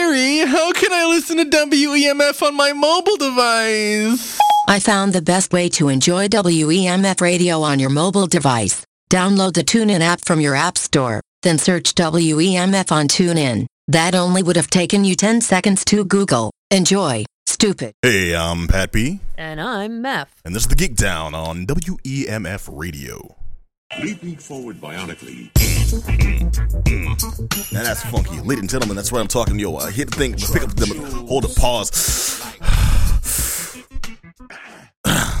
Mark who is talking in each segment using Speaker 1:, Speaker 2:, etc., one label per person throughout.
Speaker 1: How can I listen to WEMF on my mobile device?
Speaker 2: I found the best way to enjoy WEMF radio on your mobile device. Download the TuneIn app from your app store, then search WEMF on TuneIn. That only would have taken you 10 seconds to Google. Enjoy, stupid.
Speaker 3: Hey, I'm Pat B,
Speaker 4: And I'm Meph.
Speaker 3: and this is the Geek Down on WEMF Radio.
Speaker 5: Leaping forward bionically,
Speaker 3: Now that's funky, ladies and gentlemen. That's what I'm talking to you. Uh, hit the thing, pick up the hold the pause.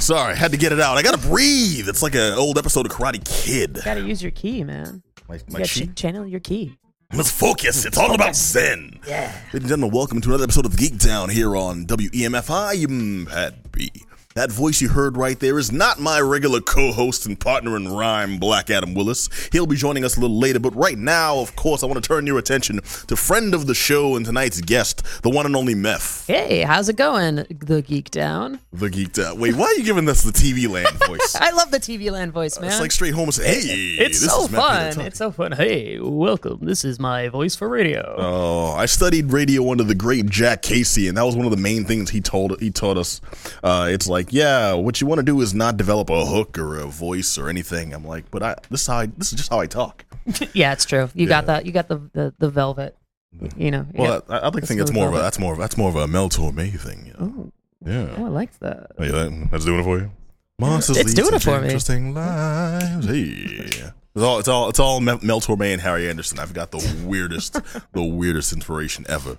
Speaker 3: Sorry, had to get it out. I gotta breathe. It's like an old episode of Karate Kid.
Speaker 4: Gotta use your key, man.
Speaker 3: My,
Speaker 4: You
Speaker 3: my
Speaker 4: gotta
Speaker 3: chi-
Speaker 4: ch- channel your key.
Speaker 3: Let's focus. It's all about Zen. Yeah. Ladies and gentlemen, welcome to another episode of Geek Down here on WEMF. I am Pat B. That voice you heard right there is not my regular co host and partner in rhyme, Black Adam Willis. He'll be joining us a little later, but right now, of course, I want to turn your attention to friend of the show and tonight's guest, the one and only Meth,
Speaker 4: Hey, how's it going, the geek down?
Speaker 3: the Geek Down. Wait, why are you giving us the TV land voice?
Speaker 4: I love the TV Land voice, man.
Speaker 3: It's like straight home and say, hey,
Speaker 4: It's
Speaker 3: this
Speaker 4: so
Speaker 3: is Meth Peter
Speaker 4: fun.
Speaker 3: Tucker."
Speaker 4: It's so fun. Hey, welcome. This is my voice for radio.
Speaker 3: Oh, I studied radio under the great Jack Casey, and that was one of the main things he told he taught us. Uh, it's like, yeah, what you want to do is not develop a hook or a voice or anything. I'm like, but I this is how I, this is just how I talk.
Speaker 4: yeah, it's true. You got that. You got the the, the velvet. You know.
Speaker 3: Well, I, I like to
Speaker 4: That's
Speaker 3: think that's
Speaker 4: really
Speaker 3: more of a
Speaker 4: cool.
Speaker 3: that's more of that's more of a Mel Torme thing. You
Speaker 4: yeah.
Speaker 3: know?
Speaker 4: Ooh,
Speaker 3: Yeah,
Speaker 4: oh, I like that.
Speaker 3: Hey, that- that's doing it for you. Monsters
Speaker 4: It's
Speaker 3: lead
Speaker 4: doing it
Speaker 3: such
Speaker 4: for me.
Speaker 3: Interesting lives. Hey. It's all, it's all, it's all Mel Mel Torme and Harry Anderson. I've got the weirdest, the weirdest inspiration ever.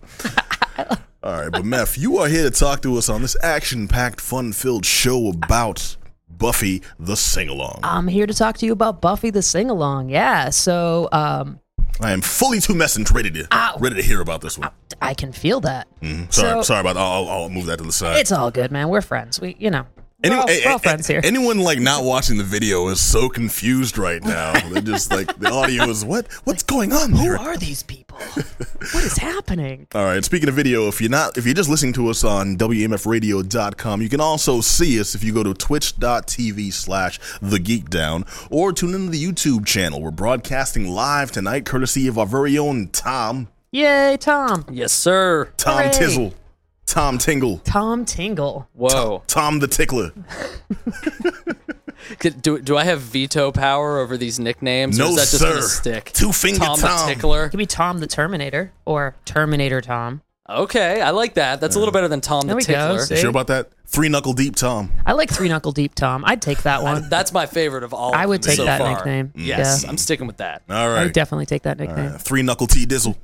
Speaker 3: All right, but Meph, you are here to talk to us on this action-packed, fun-filled show about Buffy the sing-along.
Speaker 4: I'm here to talk to you about Buffy the sing along. Yeah. So, um,
Speaker 3: I am fully too messaged, ready to,
Speaker 4: Ow.
Speaker 3: ready to hear about this one.
Speaker 4: I can feel that.
Speaker 3: Mhm. Sorry,
Speaker 4: so-
Speaker 3: sorry about. I'll, I'll- I'll move that to the side.
Speaker 4: It's all good, man. We're friends. We, you know, we're, all,
Speaker 3: Any-
Speaker 4: we're all
Speaker 3: a- a-
Speaker 4: friends here.
Speaker 3: Anyone like not watching the video is so confused right now. They're just like the audio is what? What's going on
Speaker 4: Who
Speaker 3: there?
Speaker 4: are these people? what is happening?
Speaker 3: All right. Speaking of video, if you're not, if you're just listening to us on WMFRadio.com, you can also see us if you go to twitch.tv slash the geek down or tune into the YouTube channel. We're broadcasting live tonight, courtesy of our very own Tom,
Speaker 4: Yay, Tom.
Speaker 6: Yes, sir.
Speaker 3: Tom
Speaker 4: Hooray.
Speaker 3: Tizzle, Tom Tingle,
Speaker 4: Tom Tingle.
Speaker 6: Whoa.
Speaker 3: Tom the Tickler.
Speaker 6: Could- Do, do I have veto power over these nicknames? or
Speaker 3: No,
Speaker 6: is that just
Speaker 3: sir.
Speaker 6: gonna stick?
Speaker 3: Two finger
Speaker 6: Tom, the
Speaker 3: Tom.
Speaker 4: It
Speaker 6: tickler.
Speaker 4: could be Tom the Terminator or Terminator Tom.
Speaker 6: Okay, I like that. That's a little better than Tom
Speaker 4: There
Speaker 6: the
Speaker 4: we go.
Speaker 6: tickler.
Speaker 4: See?
Speaker 3: You sure about that? Three knuckle deep, Tom.
Speaker 4: I like Three Knuckle Deep Tom. I'd take that one.
Speaker 6: That's my favorite of all.
Speaker 4: I
Speaker 6: of
Speaker 4: would
Speaker 6: them
Speaker 4: take
Speaker 6: so
Speaker 4: that
Speaker 6: far.
Speaker 4: nickname.
Speaker 3: Mm.
Speaker 6: Yes,
Speaker 4: Yeah.
Speaker 6: I'm sticking with that.
Speaker 3: All
Speaker 4: I
Speaker 3: right.
Speaker 4: would definitely take that nickname.
Speaker 3: Uh, three knuckle T Dizzle.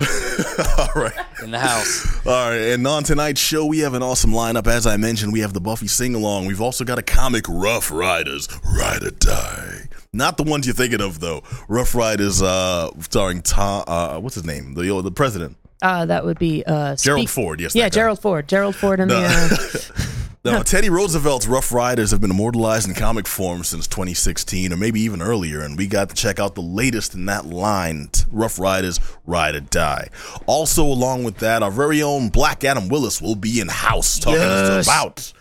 Speaker 3: All right.
Speaker 6: In the house.
Speaker 3: All right. And on tonight's show, we have an awesome lineup. As I mentioned, we have the Buffy sing along. We've also got a comic, Rough Riders, Ride or Die. Not the ones you're thinking of, though. Rough Riders, uh, starring Tom, uh, what's his name? The, the president.
Speaker 4: Uh, that would be uh,
Speaker 3: Gerald
Speaker 4: Speak-
Speaker 3: Ford, yes,
Speaker 4: Yeah,
Speaker 3: that guy.
Speaker 4: Gerald Ford. Gerald Ford and the.
Speaker 3: No.
Speaker 4: uh,
Speaker 3: Now, Teddy Roosevelt's Rough Riders have been immortalized in comic form since 2016, or maybe even earlier, and we got to check out the latest in that line t- Rough Riders Ride or Die. Also, along with that, our very own Black Adam Willis will be in house talking to us
Speaker 4: Yes.
Speaker 3: about.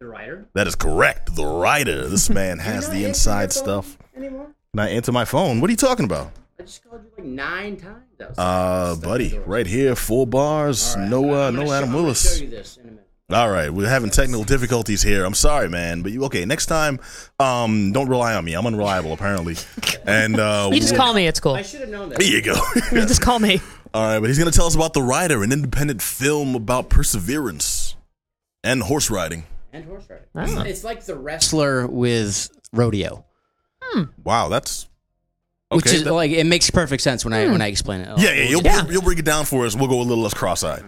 Speaker 3: The Rider? That is correct. The Rider. This man has the inside stuff. Can I answer my phone? What are you talking about?
Speaker 7: I just called you like nine times. That was
Speaker 3: Uh, buddy, right here, four bars, no, uh, no Adam Willis.
Speaker 7: show you this in a minute.
Speaker 3: All right, we're having technical difficulties here. I'm sorry, man, but you okay? Next time, um, don't rely on me. I'm unreliable, apparently. And uh,
Speaker 4: you just
Speaker 3: we'll-
Speaker 4: call me. It's cool.
Speaker 7: I should have known that.
Speaker 3: There you go.
Speaker 4: You just call me.
Speaker 3: All right, but he's gonna tell us about the Rider, an independent film about perseverance and horse riding.
Speaker 7: And horse riding.
Speaker 4: Ah.
Speaker 7: It's like the rest.
Speaker 8: wrestler with rodeo,
Speaker 3: Wow, that's
Speaker 8: which
Speaker 3: Okay,
Speaker 8: is
Speaker 3: that- Hmm.
Speaker 8: like it makes perfect sense when I when I explain it.
Speaker 3: yeah, yeah. You'll,
Speaker 4: Yeah.
Speaker 3: You'll, you'll break it down for us. We'll go a little less cross-eyed.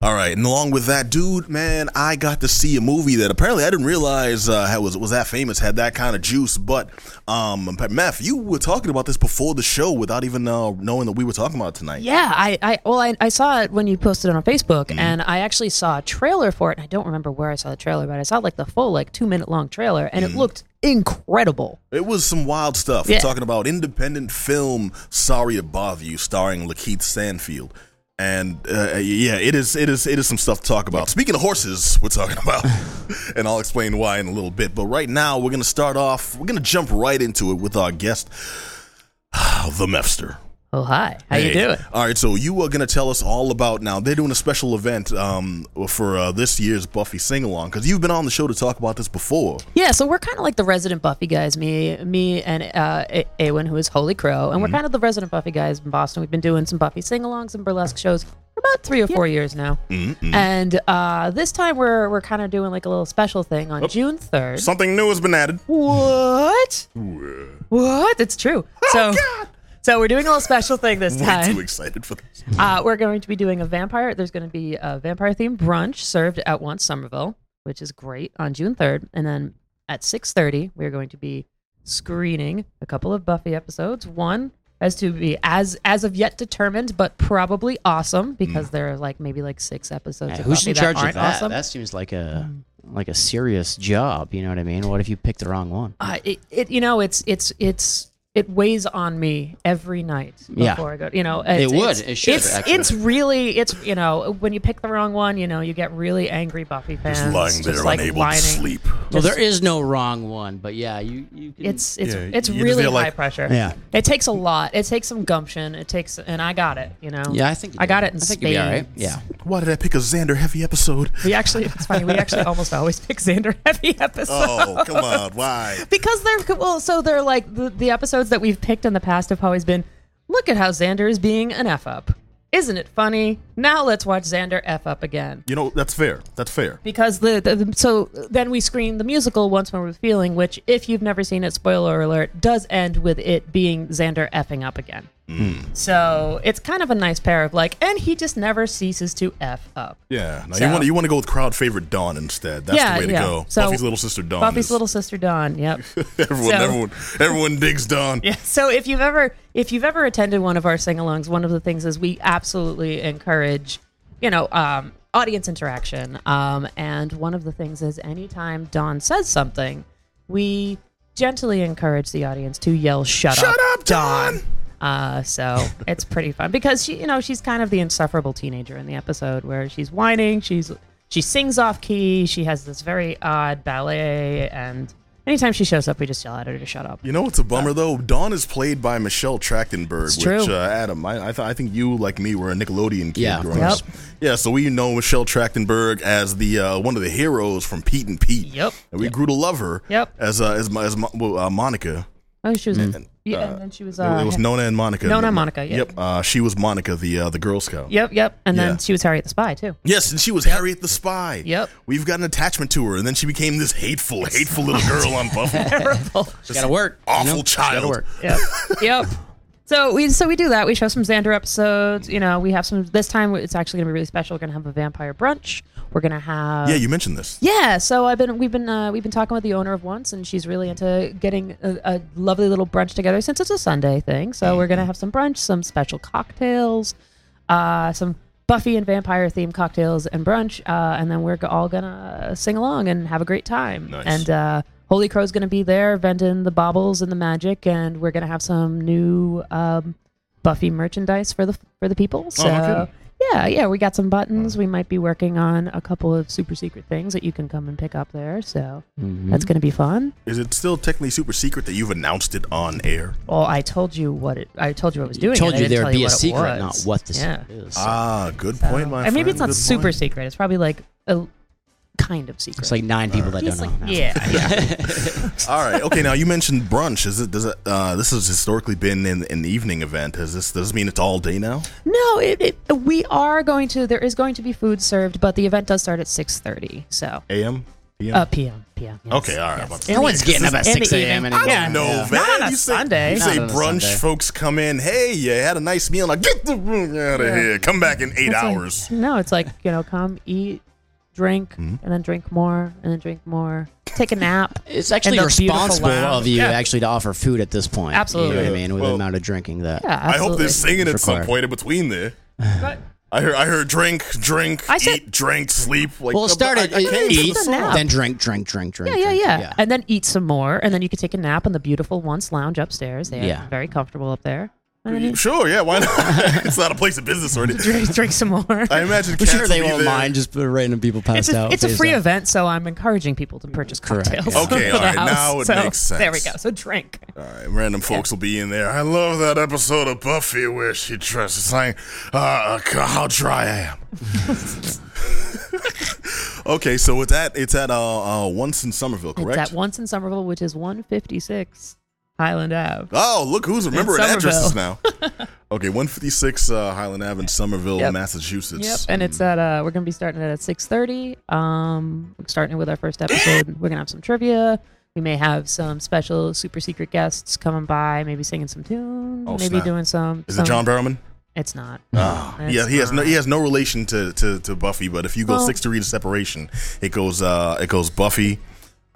Speaker 3: All right, and along with that, dude, man, I got to see a movie that apparently I didn't realize uh, had- was was that famous, had that kind of juice. But, um, Meth, you were talking about this before the show without even uh, knowing that we were talking about it tonight.
Speaker 4: Yeah, I, I well, I, I saw it when you posted it on Facebook,
Speaker 3: Mm-hmm.
Speaker 4: and I actually saw a trailer for it. And I don't remember where I saw the trailer, but I saw like the full, like two minute long trailer, and
Speaker 3: Mm-hmm.
Speaker 4: it looked incredible.
Speaker 3: It was some wild stuff. We're
Speaker 4: Yeah.
Speaker 3: talking about independent film "Sorry to Bother You," starring Lakeith Stanfield, and uh, yeah, it is, it is, it is some stuff to talk about. Speaking of horses, we're talking about, and I'll explain why in a little bit. But right now, we're gonna start off. We're gonna jump right into it with our guest, the Mefster.
Speaker 4: Oh hi, how you
Speaker 3: Hey.
Speaker 4: doing?
Speaker 3: All right, so you are going to tell us all about now. They're doing a special event um, for uh, this year's Buffy sing along because you've been on the show to talk about this before.
Speaker 4: Yeah, so we're kind of like the resident Buffy guys. Me, me, and uh, A- Awen, who is Holy Crow, and we're kind of the resident Buffy guys in Boston. We've been doing some Buffy sing-alongs and burlesque shows for about three or four years now. And uh, this time we're we're kind of doing like a little special thing on June third.
Speaker 3: Something new has been added.
Speaker 4: What? What? It's true. so, so we're doing a little special thing this
Speaker 3: Way too
Speaker 4: time.
Speaker 3: excited for this.
Speaker 4: Uh, we're going to be doing a vampire. There's going to be a vampire themed brunch served at once Somerville, which is great on June 3rd, and then at 6:30 we're going to be screening a couple of Buffy episodes. One has to be as as of yet determined, but probably awesome because there are like maybe like six episodes.
Speaker 7: Yeah,
Speaker 4: of
Speaker 7: Mm. who's
Speaker 4: Buffy
Speaker 7: in charge
Speaker 4: that
Speaker 7: of
Speaker 4: aren't
Speaker 7: that?
Speaker 4: Awesome. Hmm.
Speaker 7: That seems like a like a serious job. You know what I mean? What if you picked the wrong one?
Speaker 4: uh, it, it you know it's it's it's it weighs on me every night before
Speaker 7: Yeah.
Speaker 4: I go. You know,
Speaker 7: It would.
Speaker 4: It's,
Speaker 7: It should,
Speaker 4: It's,
Speaker 7: actually.
Speaker 4: it's really. It's you know when you pick the wrong one, you know you get really angry Buffy fans.
Speaker 3: Just lying there,
Speaker 4: just, like,
Speaker 3: unable
Speaker 4: whining.
Speaker 3: to sleep.
Speaker 7: Well, there is no wrong one, but yeah, you you can,
Speaker 4: It's it's
Speaker 3: Yeah,
Speaker 4: it's
Speaker 3: you just
Speaker 4: really
Speaker 3: feel like-
Speaker 4: high pressure.
Speaker 7: Yeah.
Speaker 4: it takes a lot. It takes some gumption. It takes, and I got it. You know.
Speaker 7: yeah. I think you
Speaker 4: I
Speaker 7: did.
Speaker 4: got it in
Speaker 7: I think you'd be all right.
Speaker 4: spades.
Speaker 7: Yeah.
Speaker 3: Why did I pick a Xander heavy episode?
Speaker 4: We actually, it's funny. We actually almost always pick Xander heavy episodes.
Speaker 3: Oh, come on. Why?
Speaker 4: because they're well so they're like the, the episodes that we've picked in the past have always been look at how xander is being an f up isn't it funny now let's watch xander f up again
Speaker 3: You know, that's fair. That's fair.
Speaker 4: because the, the, the- so then we screen the musical once more with feeling which if you've never seen it spoiler alert does end with it being xander effing up again so it's kind of a nice pair of like and he just never ceases to f up
Speaker 3: Yeah. Now you
Speaker 4: So-
Speaker 3: want to you want to go with crowd favorite Dawn instead. That's the way to go.
Speaker 4: So
Speaker 3: Buffy's little sister Dawn.
Speaker 4: buffy's
Speaker 3: is-
Speaker 4: little sister dawn yep
Speaker 3: Everyone,
Speaker 4: so-
Speaker 3: everyone, everyone digs Dawn.
Speaker 4: Yeah. So if you've ever if you've ever attended one of our sing-alongs, one of the things is we absolutely encourage, you know, um, audience interaction. Um, and one of the things is anytime Don says something, we gently encourage the audience to yell "Shut,
Speaker 3: Shut up, Dawn!
Speaker 4: Uh, so it's pretty fun because she, you know, she's kind of the insufferable teenager in the episode where she's whining, she's she sings off key, she has this very odd ballet, and anytime she shows up, we just yell at her to shut up.
Speaker 3: You know what's a bummer though? Dawn is played by Michelle Trachtenberg,
Speaker 4: Uh, It's
Speaker 3: which
Speaker 4: true.
Speaker 3: uh, Adam, I I, th- I think you like me were a Nickelodeon kid
Speaker 7: Yeah, of
Speaker 3: growing
Speaker 4: course.
Speaker 3: up. Yeah, so we know Michelle Trachtenberg as the uh, one of the heroes from Pete and Pete.
Speaker 4: Yep.
Speaker 3: And we grew to love her.
Speaker 4: Yep.
Speaker 3: As uh, as, Mo- as Mo- well, uh, Monica,
Speaker 4: Oh, she was. yeah, and then she was. Uh,
Speaker 3: it was Nona and Monica.
Speaker 4: Nona and Monica, yeah.
Speaker 3: Yep. Uh, she was Monica, the uh, the Girl Scout.
Speaker 4: Yep, yep. And
Speaker 3: Yeah.
Speaker 4: then she was Harriet the Spy too.
Speaker 3: Yes, and she was Harriet the Spy.
Speaker 4: Yep.
Speaker 3: We've got an attachment to her, and then she became this hateful, hateful little girl on Buffalo.
Speaker 4: Terrible.
Speaker 7: Got to work. you
Speaker 3: awful
Speaker 7: know?
Speaker 3: child.
Speaker 7: Got to work.
Speaker 4: yep, yep. So we so we do that. We show some Xander episodes. You know, we have some. This time it's actually gonna be really special. We're gonna have a vampire brunch. We're gonna have.
Speaker 3: Yeah, you mentioned this.
Speaker 4: Yeah, so I've been we've been uh, we've been talking with the owner of once, and she's really into getting a, a lovely little brunch together since it's a Sunday thing. So we're gonna have some brunch, some special cocktails, uh, some Buffy and vampire themed cocktails and brunch, uh, and then we're g- all gonna sing along and have a great time.
Speaker 3: Nice.
Speaker 4: And uh, Holy Crow's gonna be there, vending the baubles and the magic, and we're gonna have some new um, Buffy merchandise for the for the people. So.
Speaker 3: kidding.
Speaker 4: Yeah, yeah, we got some buttons. We might be working on a couple of super secret things that you can come and pick up there. So
Speaker 7: Mm-hmm.
Speaker 4: that's going to be fun.
Speaker 3: Is it still technically super secret that you've announced it on air?
Speaker 4: Well, I told you what it. I told you I was doing.
Speaker 7: told
Speaker 4: it. I
Speaker 7: you
Speaker 4: didn't
Speaker 7: there'd
Speaker 4: tell
Speaker 7: be a
Speaker 4: what it
Speaker 7: secret,
Speaker 4: was.
Speaker 7: not what the
Speaker 4: Yeah.
Speaker 7: secret is.
Speaker 3: Ah, good point, my
Speaker 4: Or
Speaker 3: friend.
Speaker 4: Uh, maybe it's not
Speaker 3: Good
Speaker 4: super
Speaker 3: point.
Speaker 4: secret. It's probably like a kind of secret.
Speaker 7: it's like nine people that don't
Speaker 4: He's
Speaker 7: know.
Speaker 4: like, yeah, yeah.
Speaker 3: All right. Okay. Now you mentioned brunch. Is it? Does it? Uh, this has historically been an, an evening event. Does this? Does this mean it's all day now?
Speaker 4: No, it, it, we are going to. There is going to be food served, but the event does start at six thirty. So
Speaker 3: A.M. P.M.
Speaker 4: uh, p.m. p.m. yes,
Speaker 3: Okay, all right, I'm
Speaker 4: yes.
Speaker 3: about to-
Speaker 4: In
Speaker 7: No
Speaker 4: the-
Speaker 7: one's getting up at
Speaker 4: in the
Speaker 7: 6 a.m.
Speaker 4: evening.
Speaker 7: anymore.
Speaker 4: Yeah.
Speaker 3: No, man.
Speaker 4: Not on a
Speaker 3: you say,
Speaker 4: Sunday.
Speaker 3: You
Speaker 4: Not
Speaker 3: say
Speaker 7: on a
Speaker 3: brunch,
Speaker 7: Sunday.
Speaker 3: folks come in. Hey, you had a nice meal. Now get the room out of here. Come back in eight
Speaker 4: It's like-
Speaker 3: hours. Hmm?
Speaker 4: no, it's like you know, come eat, drink, and then drink more, and then drink more. Take a nap.
Speaker 7: It's actually
Speaker 4: And the beautiful
Speaker 7: responsible
Speaker 4: lounge.
Speaker 7: of you
Speaker 4: Yeah.
Speaker 7: actually to offer food at this point.
Speaker 4: Absolutely.
Speaker 7: You know what I mean? With
Speaker 3: Well-
Speaker 7: the amount of drinking that.
Speaker 4: Yeah, absolutely.
Speaker 3: I hope they're singing at some
Speaker 7: Required.
Speaker 3: point in between there. I heard. I heard. Drink. Drink.
Speaker 4: I said-
Speaker 3: eat. Drink. Sleep. Like
Speaker 7: Well, it
Speaker 3: uh,
Speaker 7: started
Speaker 3: I- I came to
Speaker 7: eat,
Speaker 3: the song.
Speaker 4: nap.
Speaker 7: then drink, drink, drink, drink.
Speaker 4: Yeah, yeah,
Speaker 7: drink,
Speaker 4: yeah, And then eat some more, and then you could take a nap in the beautiful once lounge upstairs. They are
Speaker 7: Yeah.
Speaker 4: very comfortable up there. I need
Speaker 3: Sure, yeah, why not? it's not a place of business or anything.
Speaker 4: drink, drink some more.
Speaker 3: I imagine
Speaker 7: I'm
Speaker 3: cats
Speaker 7: sure they
Speaker 3: will be
Speaker 7: won't
Speaker 3: there.
Speaker 7: mind. Just put random people passed
Speaker 4: it's a,
Speaker 7: out.
Speaker 4: it's a
Speaker 7: face
Speaker 4: free
Speaker 7: down.
Speaker 4: event, so I'm encouraging people to purchase
Speaker 7: Correct,
Speaker 4: cocktails.
Speaker 7: yeah.
Speaker 3: Okay,
Speaker 4: for the
Speaker 3: all right,
Speaker 4: house.
Speaker 3: now it
Speaker 4: So,
Speaker 3: makes
Speaker 4: There we
Speaker 3: sense.
Speaker 4: go. So drink.
Speaker 3: All right, random folks will be in there. I love that episode of Buffy where she dresses like, uh, c- how dry I am. okay, so it's at it's at uh, uh once in Somerville, correct?
Speaker 4: It's at once in Somerville, which is 156 Highland Ave.
Speaker 3: Oh, look who's remembering
Speaker 4: In Somerville.
Speaker 3: addresses now. okay, 156 uh, Highland Ave in Somerville,
Speaker 4: Yep. Yep,
Speaker 3: Massachusetts.
Speaker 4: and it's at uh, we're gonna be starting it at 6:30. Um, we're starting with our first episode. we're gonna have some trivia. We may have some special super secret guests coming by, maybe singing some tunes,
Speaker 3: Oh,
Speaker 4: maybe
Speaker 3: snap.
Speaker 4: doing some.
Speaker 3: Is
Speaker 4: some-
Speaker 3: it John Barrowman?
Speaker 4: It's not.
Speaker 3: Oh,
Speaker 4: It's
Speaker 3: yeah, he has no
Speaker 4: not.
Speaker 3: he has no relation to, to, to Buffy, but if you go
Speaker 4: Well-
Speaker 3: six degree to separation, it goes uh it goes Buffy,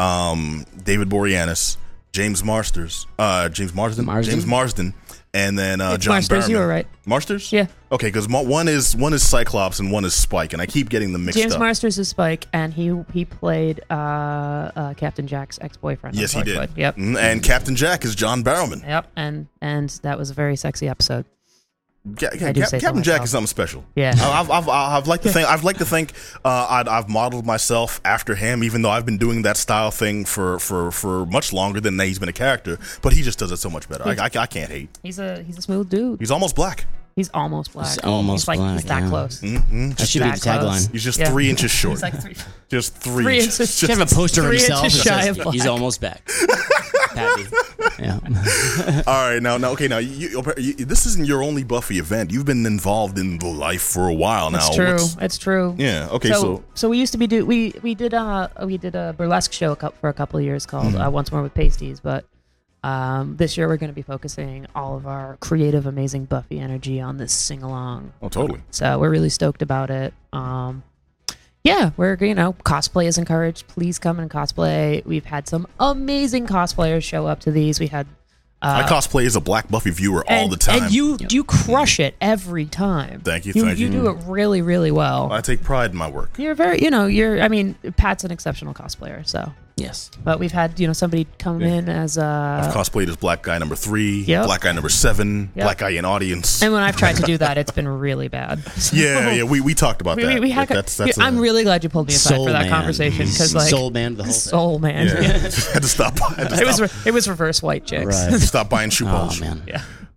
Speaker 3: um David Boreanaz, James Marsters, uh James Marsden,
Speaker 7: Marsden?
Speaker 3: James Marsden, and then uh
Speaker 4: It's
Speaker 3: John
Speaker 4: Marsters, you
Speaker 3: Barrowman.
Speaker 4: were right.
Speaker 3: Marsters?
Speaker 4: Yeah.
Speaker 3: Okay, because one is one is Cyclops and one is Spike, and I keep getting them mixed
Speaker 4: James
Speaker 3: up.
Speaker 4: Marsters is Spike, and he he played uh, uh, Captain Jack's ex-boyfriend. on
Speaker 3: yes, he did.
Speaker 4: Torchwood. Yep.
Speaker 3: Mm, And Captain Jack is John Barrowman.
Speaker 4: Yep. And and that was a very sexy episode.
Speaker 3: Ca- ca-
Speaker 4: I do
Speaker 3: Cap-
Speaker 4: say so
Speaker 3: Captain Jack
Speaker 4: myself.
Speaker 3: is something special.
Speaker 4: Yeah.
Speaker 3: I- I've, I've, I've like to think I've like to think uh, I'd, I've modeled myself after him, even though I've been doing that style thing for for for much longer than he's been a character. But he just does it so much better. I, I, I can't hate.
Speaker 4: He's a he's a smooth dude.
Speaker 3: He's almost black.
Speaker 4: He's almost black.
Speaker 7: He's almost
Speaker 4: he's like, He's
Speaker 7: black,
Speaker 4: that
Speaker 7: yeah.
Speaker 4: close.
Speaker 3: Mm-hmm.
Speaker 7: That should be the
Speaker 4: That close.
Speaker 7: tagline.
Speaker 3: He's just
Speaker 4: Yeah.
Speaker 3: three inches short.
Speaker 4: He's like three.
Speaker 3: just three,
Speaker 4: three
Speaker 3: inches.
Speaker 4: inches.
Speaker 7: Should have a poster of
Speaker 4: Three
Speaker 7: himself.
Speaker 4: inches
Speaker 7: that
Speaker 4: shy
Speaker 7: says,
Speaker 4: of black.
Speaker 7: He's almost back. Pappy. Yeah.
Speaker 3: All right, now, now, okay, now you, you, this isn't your only Buffy event. You've been involved in the life for a while now.
Speaker 4: It's true.
Speaker 3: What's-
Speaker 4: It's true.
Speaker 3: Yeah, okay, so-
Speaker 4: so we used to be do we we did uh we did a burlesque show a cou- for a couple of years called
Speaker 3: Mm-hmm.
Speaker 4: uh, Once More with Pasties, but um this year we're going to be focusing all of our creative, amazing Buffy energy on this sing along.
Speaker 3: Oh, totally.
Speaker 4: So we're really stoked about it. Um, yeah, we're you know cosplay is encouraged. Please come and cosplay. We've had some amazing cosplayers show up to these. We had
Speaker 3: I cosplay as a black Buffy viewer all
Speaker 4: Uh, and-
Speaker 3: the time.
Speaker 4: and you you crush it every time.
Speaker 3: Thank you,
Speaker 4: You,
Speaker 3: thank you.
Speaker 4: do it really, really well.
Speaker 3: I take pride in my work.
Speaker 4: You're very, you know, you're. I mean, Pat's an exceptional cosplayer, so.
Speaker 6: Yes.
Speaker 4: But we've had, you know, somebody come in as uh,
Speaker 3: I've cosplayed as black guy number three,
Speaker 4: Yep.
Speaker 3: black guy number seven,
Speaker 4: Yep.
Speaker 3: black guy in audience.
Speaker 4: and when I've tried to do that, it's been really bad.
Speaker 3: yeah, yeah, we, we talked about
Speaker 4: We,
Speaker 3: that.
Speaker 4: we, we had.
Speaker 3: That-
Speaker 4: yeah, I'm
Speaker 3: uh,
Speaker 4: really glad you pulled me aside
Speaker 7: Soul
Speaker 4: for that
Speaker 7: man.
Speaker 4: conversation because, like,
Speaker 7: soul man, the whole thing.
Speaker 4: soul man.
Speaker 3: yeah. had to stop. Had to
Speaker 4: it was
Speaker 3: stop,
Speaker 4: re- it was reverse white chicks.
Speaker 7: Right.
Speaker 3: stop buying shoe
Speaker 7: Oh
Speaker 3: polish.
Speaker 7: man.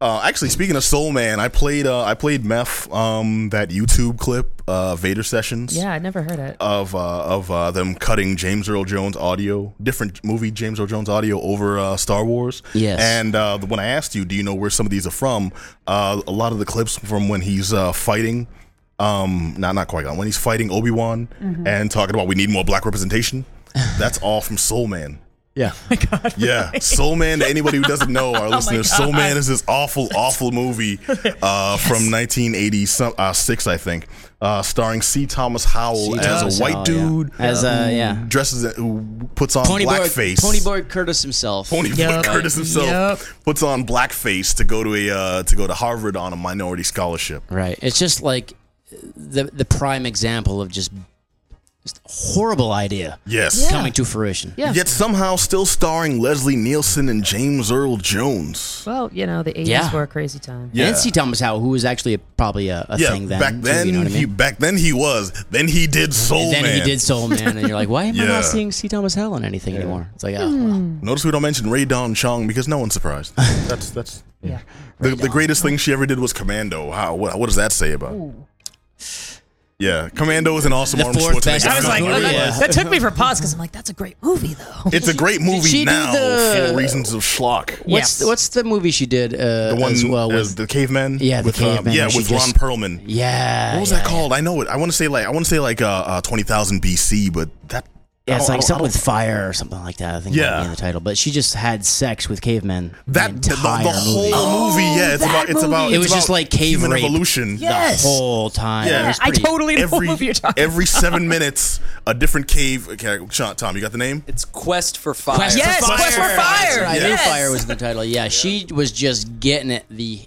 Speaker 3: Uh, actually, speaking of Soul Man, I played uh, I played Meth um, that YouTube clip uh, Vader sessions.
Speaker 4: Yeah, I never heard it.
Speaker 3: Of uh, of uh, them cutting James Earl Jones audio, different movie James Earl Jones audio over uh, Star Wars.
Speaker 7: Yes.
Speaker 3: And uh, when I asked you, do you know where some of these are from? Uh, a lot of the clips from when he's uh, fighting, um, not not Qui Gon, when he's fighting Obi Wan and talking about we need more black representation. That's all from Soul Man.
Speaker 7: Yeah.
Speaker 3: Yeah, Soul Man. To anybody who doesn't know, our listeners, Soul Man is this awful, awful movie uh, from 1986, I think, uh, starring C. Thomas Howell
Speaker 7: C.
Speaker 3: as
Speaker 7: Thomas
Speaker 3: a white
Speaker 7: Howell, yeah.
Speaker 3: dude.
Speaker 7: As a-
Speaker 3: who
Speaker 7: yeah.
Speaker 3: dresses who puts on
Speaker 7: Ponyboy
Speaker 3: blackface.
Speaker 7: Ponyboy Curtis himself.
Speaker 3: Pony Boy
Speaker 4: Yep.
Speaker 3: Curtis himself
Speaker 4: Yep.
Speaker 3: puts on blackface to go to a uh, to go to Harvard on a minority scholarship.
Speaker 7: Right. It's just like the the prime example of just, just horrible idea
Speaker 3: Yes.
Speaker 7: coming to fruition.
Speaker 4: Yeah.
Speaker 3: Yet somehow still starring Leslie Nielsen and James Earl Jones.
Speaker 4: Well, you know, the 80s
Speaker 7: Yeah.
Speaker 4: were a crazy time.
Speaker 3: Yeah.
Speaker 7: And C. Thomas Howe, who was actually a, probably a, a
Speaker 3: Yeah,
Speaker 7: thing then.
Speaker 3: back
Speaker 7: too,
Speaker 3: then
Speaker 7: you know what I
Speaker 3: he
Speaker 7: mean?
Speaker 3: back then he was. Then he did Soul
Speaker 7: and then
Speaker 3: Man.
Speaker 7: he did Soul Man, and you're like, why am I
Speaker 3: Yeah.
Speaker 7: not seeing C. Thomas Howe on anything anymore? It's like,
Speaker 4: Hmm.
Speaker 7: oh, well,
Speaker 3: Notice we don't mention Ray Dawn Chong because no one's surprised. That's that's
Speaker 4: Yeah.
Speaker 3: the, the greatest thing she ever did was Commando. How what, what does that say about? it? Yeah, Commando is an awesome
Speaker 7: The
Speaker 3: Arnold
Speaker 7: fourth
Speaker 3: Schwarzenegger.
Speaker 7: best-
Speaker 4: I was like,
Speaker 3: film.
Speaker 7: Yeah.
Speaker 4: oh,
Speaker 7: Yeah.
Speaker 4: that, that took me for pause because I'm like, that's a great movie though.
Speaker 3: it's a great movie
Speaker 7: she do
Speaker 3: now
Speaker 7: the-
Speaker 3: for reasons of schlock.
Speaker 7: what's
Speaker 4: Yes.
Speaker 7: what's the movie she did? Uh,
Speaker 3: The one
Speaker 7: as well
Speaker 3: as
Speaker 7: with
Speaker 3: the caveman.
Speaker 7: Yeah, the
Speaker 3: with, um,
Speaker 7: caveman
Speaker 3: yeah,
Speaker 7: where she
Speaker 3: with Ron
Speaker 7: just-
Speaker 3: Perlman.
Speaker 7: yeah.
Speaker 3: What was
Speaker 7: yeah,
Speaker 3: that called? I know it. I want to say like I want to say like uh, uh, twenty thousand BC, but that
Speaker 7: Yeah, it's
Speaker 3: I
Speaker 7: like
Speaker 3: don't- I
Speaker 7: something
Speaker 3: don't-
Speaker 7: with fire or something like that. I think
Speaker 3: Oh, Yeah.
Speaker 7: might be in the title, but she just had sex with cavemen.
Speaker 3: that
Speaker 7: the,
Speaker 3: the, the,
Speaker 7: entire
Speaker 3: whole Oh,
Speaker 7: movie.
Speaker 3: movie. yeah,
Speaker 4: Oh,
Speaker 3: it's about it's about
Speaker 7: It
Speaker 3: it's
Speaker 7: was just
Speaker 3: about
Speaker 7: like cave
Speaker 3: human
Speaker 7: rape.
Speaker 3: evolution.
Speaker 4: Yes.
Speaker 7: the whole time.
Speaker 3: Yeah.
Speaker 7: It was
Speaker 4: I
Speaker 7: pretty-
Speaker 4: totally know
Speaker 3: every
Speaker 4: what you're talking
Speaker 3: every seven minutes, a different cave. Okay, Sean, Tom, you got the name?
Speaker 6: It's Quest for Fire.
Speaker 7: Quest
Speaker 4: Yes,
Speaker 7: for Fire.
Speaker 4: Quest for Fire.
Speaker 7: I knew
Speaker 4: Yes.
Speaker 7: fire was in the title. Yeah, she was just getting it the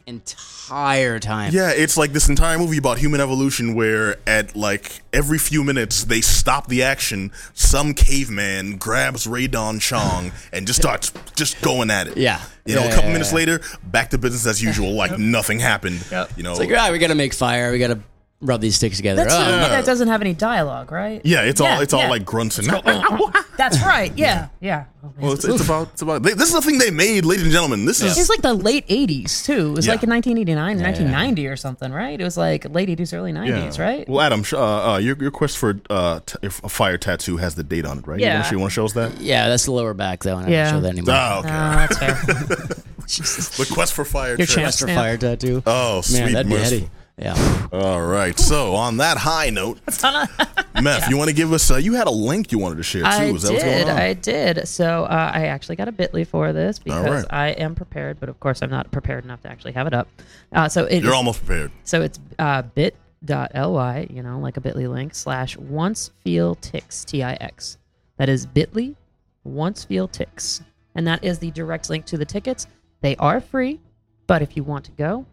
Speaker 7: entire time.
Speaker 3: Yeah, it's like this entire movie about human evolution, where at like every few minutes they stop the action. Some dumb caveman grabs Radon Chong and just starts just going at it.
Speaker 7: Yeah.
Speaker 3: You know,
Speaker 7: Yeah,
Speaker 3: a couple
Speaker 7: yeah,
Speaker 3: minutes
Speaker 7: yeah.
Speaker 3: later, back to business as usual, like nothing happened. You know,
Speaker 7: It's like, ah, we gotta make fire. We gotta rub these sticks together.
Speaker 4: That's
Speaker 7: Oh,
Speaker 4: the one
Speaker 7: no.
Speaker 4: that doesn't have any dialogue, right?
Speaker 3: yeah, it's all it's all
Speaker 4: yeah.
Speaker 3: like grunts and
Speaker 4: That's right. Yeah. Yeah. Oh, man.
Speaker 3: well, it's, it's about it's about they, this is the thing they made, ladies and gentlemen. This is
Speaker 4: It's like the late 80s, too. It was
Speaker 3: Yeah.
Speaker 4: like in 1989, 1990 or something, right? It was like late 80s, early 90s, right?
Speaker 3: Well, Adam, sh- uh, uh, your your quest for uh, t- a fire tattoo has the date on it, right? You wanna-
Speaker 4: Yeah.
Speaker 3: You want to show us that?
Speaker 7: Yeah, that's the lower back though, and I
Speaker 4: Yeah.
Speaker 7: don't show that anymore.
Speaker 3: Ah, okay.
Speaker 4: Ah, that's fair.
Speaker 3: The quest for fire.
Speaker 4: Your
Speaker 3: tattoo.
Speaker 4: chance.
Speaker 7: That's for
Speaker 4: Yeah.
Speaker 7: fire tattoo.
Speaker 3: Oh, sweet
Speaker 7: Man, that'd be
Speaker 3: merciful.
Speaker 7: heady. Yeah.
Speaker 3: All right. So on that high note, Meth, you want to give us? Uh, you had a link you wanted to share too.
Speaker 4: I
Speaker 3: Is that what's going
Speaker 4: did.
Speaker 3: on?
Speaker 4: I did. So uh, I actually got a Bitly for this
Speaker 3: right.
Speaker 4: because I am prepared, but of course I'm not prepared enough to actually have it up. Uh, so it
Speaker 3: You're
Speaker 4: is-
Speaker 3: almost prepared.
Speaker 4: so it's uh, bit.ly, you know, like a Bitly link slash once feel ticks t i x. That is Bitly once feel ticks, and that is the direct link to the tickets. They are free, but if you want to go.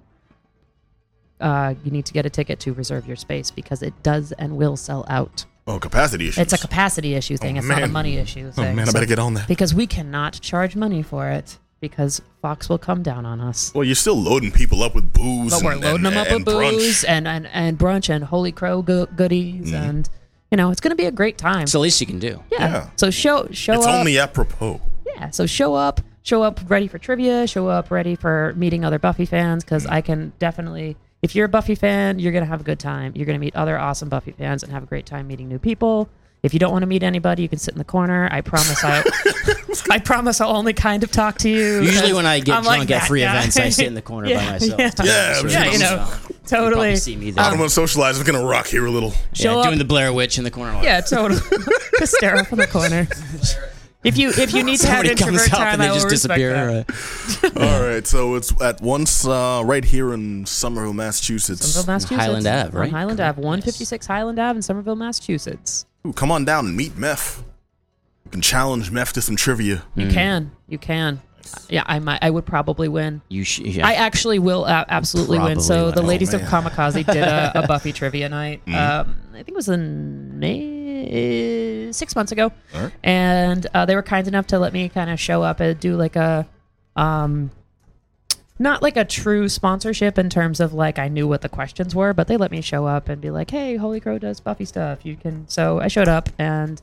Speaker 4: Uh, you need to get a ticket to reserve your space because it does and will sell out.
Speaker 3: Oh, capacity issues.
Speaker 4: It's a capacity issue thing. it's not a
Speaker 3: man.
Speaker 4: money issue
Speaker 3: Oh
Speaker 4: thing.
Speaker 3: man, I better get on that.
Speaker 4: because we cannot charge money for it because Fox will come down on us.
Speaker 3: Well, you're still loading people up with booze.
Speaker 4: But we're
Speaker 3: and-
Speaker 4: loading
Speaker 3: and-
Speaker 4: them up
Speaker 3: and
Speaker 4: with
Speaker 3: brunch.
Speaker 4: booze and, and, and brunch and holy crow go- goodies and you know it's going to be a great time.
Speaker 7: It's the least you can do.
Speaker 4: yeah.
Speaker 3: Mm-hmm. yeah.
Speaker 4: So show show
Speaker 3: It's
Speaker 4: up.
Speaker 3: only apropos.
Speaker 4: yeah. So show up. Show up ready for trivia. Show up ready for meeting other Buffy fans because I can definitely. If you're a Buffy fan, you're gonna have a good time. You're gonna meet other awesome Buffy fans and have a great time meeting new people. If you don't want to meet anybody, you can sit in the corner. I promise I, I promise I'll only kind of talk to you.
Speaker 7: Usually when I get
Speaker 4: I'm like
Speaker 7: drunk
Speaker 4: that
Speaker 7: at free
Speaker 4: guy.
Speaker 7: events, I sit in the corner
Speaker 4: Yeah,
Speaker 7: by myself.
Speaker 4: yeah.
Speaker 3: Yeah,
Speaker 7: Sort of
Speaker 3: yeah,
Speaker 7: by
Speaker 3: you
Speaker 4: know,
Speaker 7: myself. You probably
Speaker 4: totally.
Speaker 7: see me
Speaker 3: I
Speaker 7: there.
Speaker 4: Um,
Speaker 3: don't want to socialize. I'm gonna rock here a little.
Speaker 4: Show
Speaker 7: yeah,
Speaker 4: up.
Speaker 7: doing the Blair Witch in the corner.
Speaker 4: Yeah, totally. Just stare off in the corner. If you if you need to have
Speaker 7: Somebody comes
Speaker 4: introvert
Speaker 7: up
Speaker 4: time,
Speaker 7: and they
Speaker 4: I will
Speaker 7: just
Speaker 4: respect
Speaker 7: disappear.
Speaker 4: that.
Speaker 7: Uh,
Speaker 3: All right. So it's at once uh, right here in Somerville, Massachusetts.
Speaker 4: Somerville, Massachusetts.
Speaker 7: Highland Ave,
Speaker 4: On
Speaker 7: right?
Speaker 4: Highland Ave, 156 Highland Ave in Somerville, Massachusetts.
Speaker 3: Ooh, come on down and meet Meth. You can challenge Meth to some trivia.
Speaker 7: Hmm.
Speaker 4: You can, you can. Yeah, I might. I would probably win.
Speaker 7: You sh- yeah.
Speaker 4: I actually will uh, absolutely win.
Speaker 7: Probably
Speaker 4: So
Speaker 7: win.
Speaker 4: the
Speaker 7: Oh, Mm-hmm.
Speaker 4: ladies of
Speaker 3: man.
Speaker 4: Kamikaze did a, a Buffy trivia night. Um, I think it was in May, six months ago, and uh, they were kind enough to let me kind of show up and do like a, um, not like a true sponsorship in terms of like I knew what the questions were, but they let me show up and be like, "Hey, Holy Crow does Buffy stuff. You can." So I showed up and.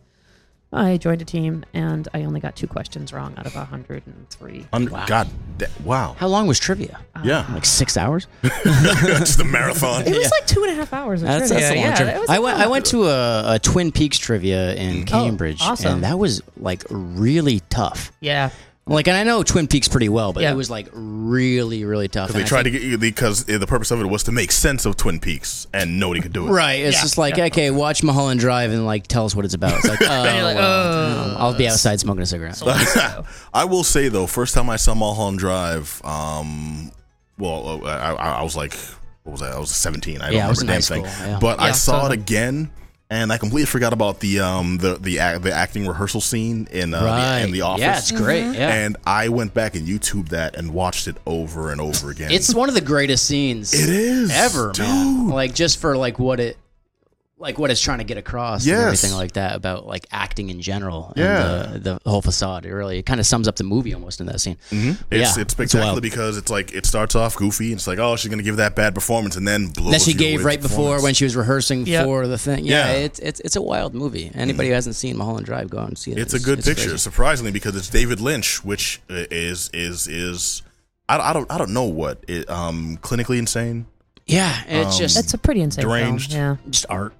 Speaker 4: I joined a team and I only got two questions wrong out of 103.
Speaker 3: Un- God, da- wow.
Speaker 7: How long was trivia?
Speaker 3: yeah,
Speaker 7: Like six hours?
Speaker 3: it's the marathon.
Speaker 4: It was like two and a half hours of
Speaker 7: That's,
Speaker 4: trivia.
Speaker 7: that's a long
Speaker 4: yeah,
Speaker 7: trivia.
Speaker 4: it was
Speaker 7: I
Speaker 4: a
Speaker 7: went,
Speaker 4: lot.
Speaker 7: I went to a, a Twin Peaks trivia in Cambridge,
Speaker 4: awesome.
Speaker 7: and that was like really tough.
Speaker 4: Yeah.
Speaker 7: Like, and I know Twin Peaks pretty well, but
Speaker 4: Yeah.
Speaker 7: it was like really, really tough.
Speaker 3: Because they
Speaker 7: and I
Speaker 3: tried to get you because the purpose of it was to make sense of Twin Peaks, and nobody could do it.
Speaker 7: Right. It's
Speaker 4: Yeah,
Speaker 7: just like, okay, watch Mulholland Drive and like tell us what it's about. It's like, oh,
Speaker 4: you're like,
Speaker 7: well, I'll be outside smoking a cigarette.
Speaker 3: I will say though, first time I saw Mulholland Drive, um, well, uh, I, I, I was like, what was I? I was 17. I don't
Speaker 7: Yeah,
Speaker 3: remember
Speaker 7: I was
Speaker 3: a
Speaker 7: in
Speaker 3: damn
Speaker 7: high
Speaker 3: thing.
Speaker 7: school, yeah.
Speaker 3: But I
Speaker 4: Yeah,
Speaker 3: saw it
Speaker 4: so-
Speaker 3: again, and I completely forgot about the um the the, ac- the acting rehearsal scene in uh,
Speaker 7: right.
Speaker 3: the, in the office.
Speaker 7: Yeah, it's great. Yeah.
Speaker 3: And I went back and YouTube that and watched it over and over again.
Speaker 7: it's one of the greatest scenes
Speaker 3: it is
Speaker 7: ever,
Speaker 3: dude.
Speaker 7: man. Like just for like what it like what it's trying to get across and
Speaker 3: Yes.
Speaker 7: everything like that about like acting in general
Speaker 3: Yeah.
Speaker 7: and the, the whole facade. It really it kind of sums up the movie almost in that scene. Mm-hmm.
Speaker 3: It's,
Speaker 7: yeah,
Speaker 3: it's spectacular
Speaker 7: wild.
Speaker 3: because it's like it starts off goofy and it's like oh she's gonna give that bad performance and then blows
Speaker 7: that she
Speaker 3: you
Speaker 7: gave
Speaker 3: away
Speaker 7: right
Speaker 3: with the
Speaker 7: before when
Speaker 3: performance.
Speaker 7: she was rehearsing
Speaker 4: Yep.
Speaker 7: for the thing. Yeah,
Speaker 3: Yeah.
Speaker 7: It's, it's it's a wild movie. Anybody who hasn't seen Mulholland Drive, go out and see it.
Speaker 3: it's a good picture
Speaker 7: crazy.
Speaker 3: surprisingly because it's David Lynch which i- is is is I, I don't I don't know what it, um clinically insane
Speaker 7: Yeah, and it's
Speaker 3: Um,
Speaker 7: just
Speaker 4: That's a pretty insane
Speaker 3: Deranged.
Speaker 4: film.
Speaker 7: just art.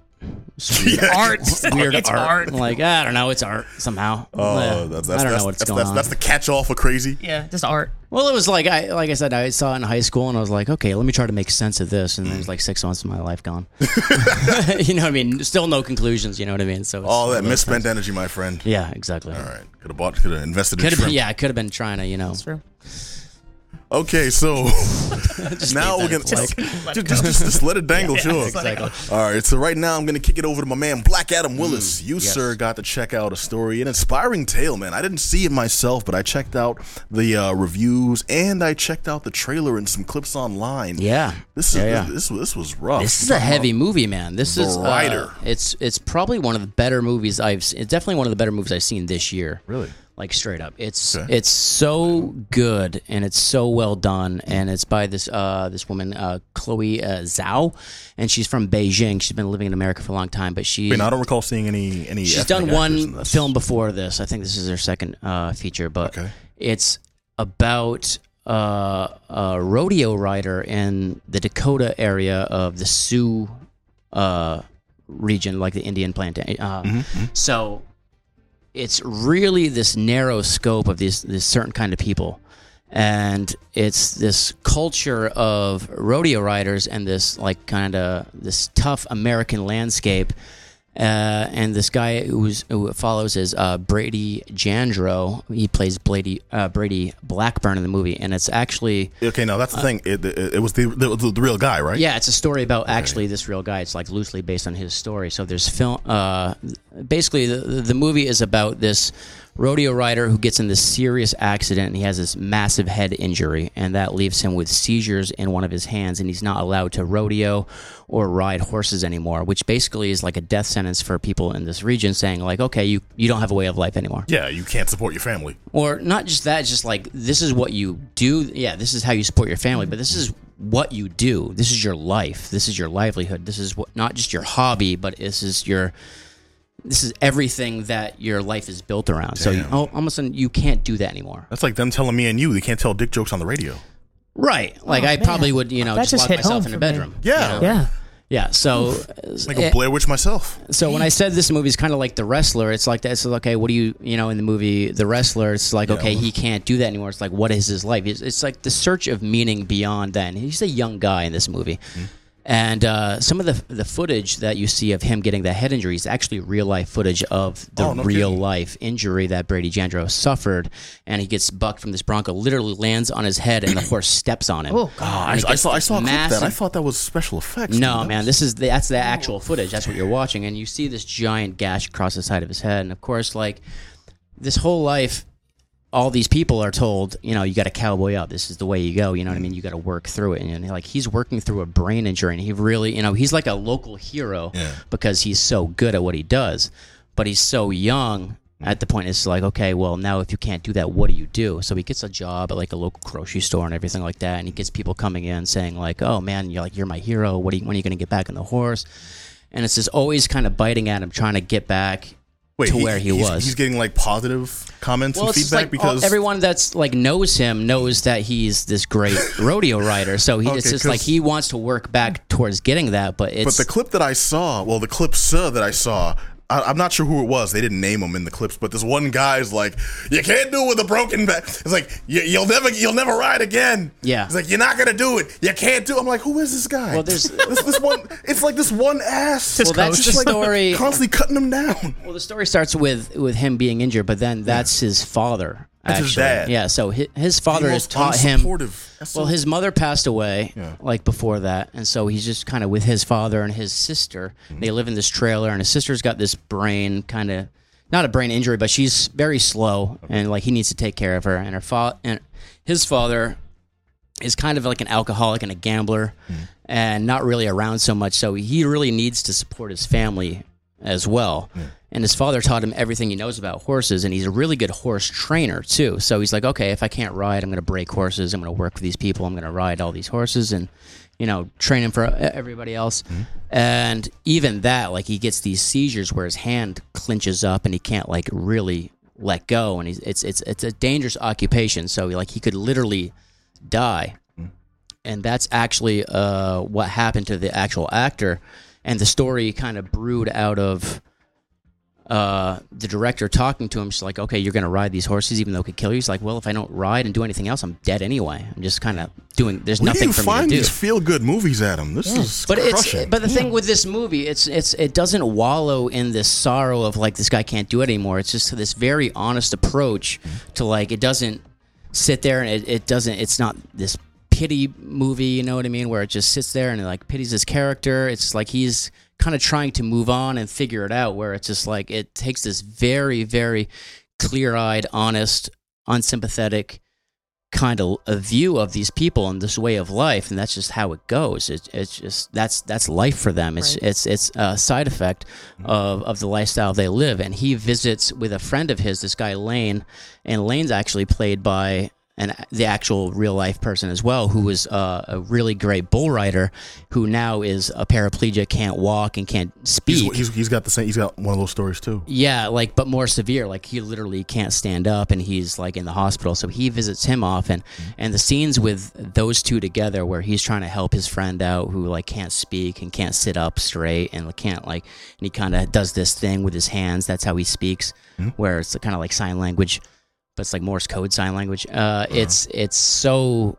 Speaker 3: art
Speaker 7: Weird
Speaker 4: It's
Speaker 7: art.
Speaker 4: art.
Speaker 7: Like I don't know, it's art somehow.
Speaker 3: oh
Speaker 7: Yeah.
Speaker 3: that's, that's
Speaker 7: I don't
Speaker 3: that's,
Speaker 7: know what's
Speaker 3: that's,
Speaker 7: going
Speaker 3: that's,
Speaker 7: on.
Speaker 3: that's the catch all for crazy
Speaker 4: Yeah. Yeah. Just art.
Speaker 7: well, it was like I like I said, I saw it in high school, and I was like, okay, let me try to make sense of this. And then
Speaker 3: Mm.
Speaker 7: it's like six months of my life gone. you know what I mean? Still no conclusions. You know what I mean? So it's
Speaker 3: all
Speaker 7: one
Speaker 3: that
Speaker 7: of those
Speaker 3: misspent
Speaker 7: things.
Speaker 3: energy my friend
Speaker 7: Yeah, exactly.
Speaker 3: all right could have bought could have invested in
Speaker 7: Could have
Speaker 3: shrimp
Speaker 7: been, yeah, I could have been trying to, you know.
Speaker 4: It's true.
Speaker 3: Okay, so now we're
Speaker 7: leave
Speaker 3: gonna
Speaker 7: that
Speaker 3: just, just, just, just let it dangle, sure.
Speaker 7: exactly. Mm,
Speaker 3: All right, so right now I'm gonna kick it over to my man Black Adam Willis. you sir got to check out a story, an inspiring tale, man. I didn't see it myself, but I checked out the uh, reviews and I checked out the trailer and some clips online.
Speaker 7: Yeah.
Speaker 3: this is
Speaker 7: Yeah, yeah.
Speaker 3: This, this this was rough.
Speaker 7: This is a heavy movie, man. This
Speaker 3: The
Speaker 7: is uh,
Speaker 3: Rider.
Speaker 7: it's it's probably one of the better movies I've. se- It's definitely one of the better movies I've seen this year. Really, like straight up, it's
Speaker 3: Okay.
Speaker 7: it's so good and it's so well done, and it's by this uh this woman uh Chloe uh, Zhao, and she's from Beijing. She's been living in America for a long time, but she
Speaker 3: I mean, I don't recall seeing any any.
Speaker 7: She's
Speaker 3: ethnic
Speaker 7: done
Speaker 3: actors in
Speaker 7: one
Speaker 3: this.
Speaker 7: film before this. I think this is her second uh, feature, but
Speaker 3: Okay.
Speaker 7: it's about uh, a rodeo rider in the Dakota area of the Sioux uh, region, like the Indian plantain. Uh,
Speaker 3: Mm-hmm,
Speaker 7: So it's really this narrow scope of these this certain kind of people and it's this culture of rodeo riders and this like kind of this tough american landscape uh, and this guy who's, who follows is uh, Brady Jandro. He plays Brady, uh, Brady Blackburn in the movie, and it's actually
Speaker 3: Okay, now that's the thing. It, it, it was the, the the real guy, right?
Speaker 7: Uh, yeah, it's a story about actually this real guy. It's like loosely based on his story. So there's film. Uh, basically, the, the movie is about this rodeo rider who gets in this serious accident and he has this massive head injury, and that leaves him with seizures in one of his hands, and he's not allowed to rodeo or ride horses anymore, which basically is like a death sentence for people in this region, saying like, okay, you you don't have a way of life anymore
Speaker 3: Yeah, you can't support your family.
Speaker 7: or not just that it's just like this is what you do yeah this is how you support your family but this is what you do this is your life this is your livelihood this is what not just your hobby but this is your this is everything that your life is built around so you, all, all of a sudden you can't do that anymore
Speaker 3: That's like them telling me and you they can't tell dick jokes on the radio.
Speaker 7: right like
Speaker 4: Oh,
Speaker 7: i
Speaker 4: man.
Speaker 7: probably would you know
Speaker 4: That
Speaker 7: just,
Speaker 4: just
Speaker 7: lock
Speaker 4: hit
Speaker 7: myself
Speaker 4: home
Speaker 7: in a
Speaker 4: for me.
Speaker 7: bedroom
Speaker 3: Yeah,
Speaker 4: Yeah.
Speaker 7: yeah so uh,
Speaker 3: like a Blair Witch myself.
Speaker 7: So when I said this movie's kind of like The Wrestler, it's like that. It's like, okay, what do you, you know, in the movie The Wrestler, it's like, okay, he can't do that anymore. It's like, what is his life? It's, it's like the search of meaning beyond that. And he's a young guy in this movie.
Speaker 3: Mm-hmm.
Speaker 7: And uh, some of the the footage that you see of him getting the head injury is actually real life footage of the
Speaker 3: Oh, no
Speaker 7: real
Speaker 3: kidding.
Speaker 7: life injury that Brady Jandro suffered, and he gets bucked from this Bronco, literally lands on his head, and the horse steps on him.
Speaker 4: Oh, God.
Speaker 7: And
Speaker 3: Ah, I,
Speaker 7: it
Speaker 3: I
Speaker 7: gets
Speaker 3: saw I saw a clip of that.
Speaker 7: massive-
Speaker 3: I thought that was special effects. dude.
Speaker 7: no,
Speaker 3: That
Speaker 7: man,
Speaker 3: was-
Speaker 7: this is the, that's the actual footage. That's what you're watching, and you see this giant gash across the side of his head. And of course, like this whole life, all these people are told, you know, you got to cowboy up. This is the way you go. You know what I mean? You got to work through it. And like he's working through a brain injury, and he really, you know, he's like a local hero because he's so good at what he does, but he's so young. At the point, it's like, okay, well, now if you can't do that, what do you do? So he gets a job at like a local grocery store and everything like that, and he gets people coming in saying like, "Oh man, you're like you're my hero. What are you, when are you going to get back on the horse?" And it's just always kind of biting at him, trying to get back
Speaker 3: Wait,
Speaker 7: to where he
Speaker 3: he's-
Speaker 7: was.
Speaker 3: He's getting like positive comments
Speaker 7: Well,
Speaker 3: and
Speaker 7: it's just
Speaker 3: feedback
Speaker 7: like all-
Speaker 3: because
Speaker 7: everyone that's like knows him knows that he's this great rodeo rider. So he,
Speaker 3: Okay,
Speaker 7: it's just
Speaker 3: 'cause-
Speaker 7: like he wants to work back towards getting that, but
Speaker 3: But
Speaker 7: it's
Speaker 3: the clip that I saw, well, the clip sir that I saw, I, I'm not sure who it was. They didn't name him in the clips, but this one guy's like, "You can't do it with a broken back." It's like you, you'll never, you'll never ride again.
Speaker 7: Yeah.
Speaker 3: it's like you're not gonna do it. You can't do. It. I'm like, who is this guy?
Speaker 7: Well, there's-
Speaker 3: this, this one. It's like this one ass.
Speaker 7: Well, that's
Speaker 3: It's
Speaker 7: the story-
Speaker 3: Constantly cutting him down.
Speaker 7: well, the story starts with with him being injured, but then that's his father.
Speaker 3: That's his
Speaker 7: actually.
Speaker 3: dad.
Speaker 7: Yeah, so his, his father has
Speaker 3: most
Speaker 7: taught him.
Speaker 3: unsupportive. That's
Speaker 7: Well,
Speaker 3: so-
Speaker 7: his mother passed away like before that, and so he's just kind of with his father and his sister.
Speaker 3: Mm-hmm.
Speaker 7: They live in this trailer, and his sister's got this brain kind of not a brain injury, but she's very slow, and like he needs to take care of her. And her father and his father is kind of like an alcoholic and a gambler, and not really around so much. So he really needs to support his family as well. And his father taught him everything he knows about horses, and he's a really good horse trainer too. So he's like, okay, if I can't ride, I'm going to break horses. I'm going to work for these people. I'm going to ride all these horses and, you know, train him for uh, everybody else. And even that, like, he gets these seizures where his hand clinches up and he can't like really let go, and he's it's it's it's a dangerous occupation. So like, he could literally die and that's actually uh, what happened to the actual actor. And the story kind of brewed out of uh, the director talking to him. She's like, "Okay, you're gonna ride these horses, even though it could kill you." He's like, "Well, if I don't ride and do anything else, I'm dead anyway. I'm just kind of doing. There's
Speaker 3: Where do
Speaker 7: nothing
Speaker 3: you
Speaker 7: for
Speaker 3: find
Speaker 7: me to
Speaker 3: these
Speaker 7: do."
Speaker 3: feel good movies, Adam? This is
Speaker 7: But
Speaker 3: crushing.
Speaker 7: it's but the thing with this movie, it's it's it doesn't wallow in this sorrow of like this guy can't do it anymore. It's just this very honest approach to like it doesn't sit there and it, it doesn't it's not this pity movie you know what i mean where it just sits there and it like pities his character it's like he's kind of trying to move on and figure it out where it's just like it takes this very very clear-eyed honest unsympathetic kind of a view of these people and this way of life and that's just how it goes it, it's just that's that's life for them it's
Speaker 4: Right.
Speaker 7: it's it's a side effect of of the lifestyle they live and he visits with a friend of his this guy lane and lane's actually played by an the actual real life person as well who was uh, a really great bull rider who now is a paraplegic can't walk and can't speak
Speaker 9: He's, he's, he's got the same. He's got one of those stories too.
Speaker 7: yeah, like but more severe. Like he literally can't stand up, and he's like in the hospital. So he visits him often, and the scenes with those two together, where he's trying to help his friend out, who like can't speak and can't sit up straight, and can't like, and he kind of does this thing with his hands. That's how he speaks, where it's kind of like sign language, but it's like Morse code sign language. Uh, It's it's so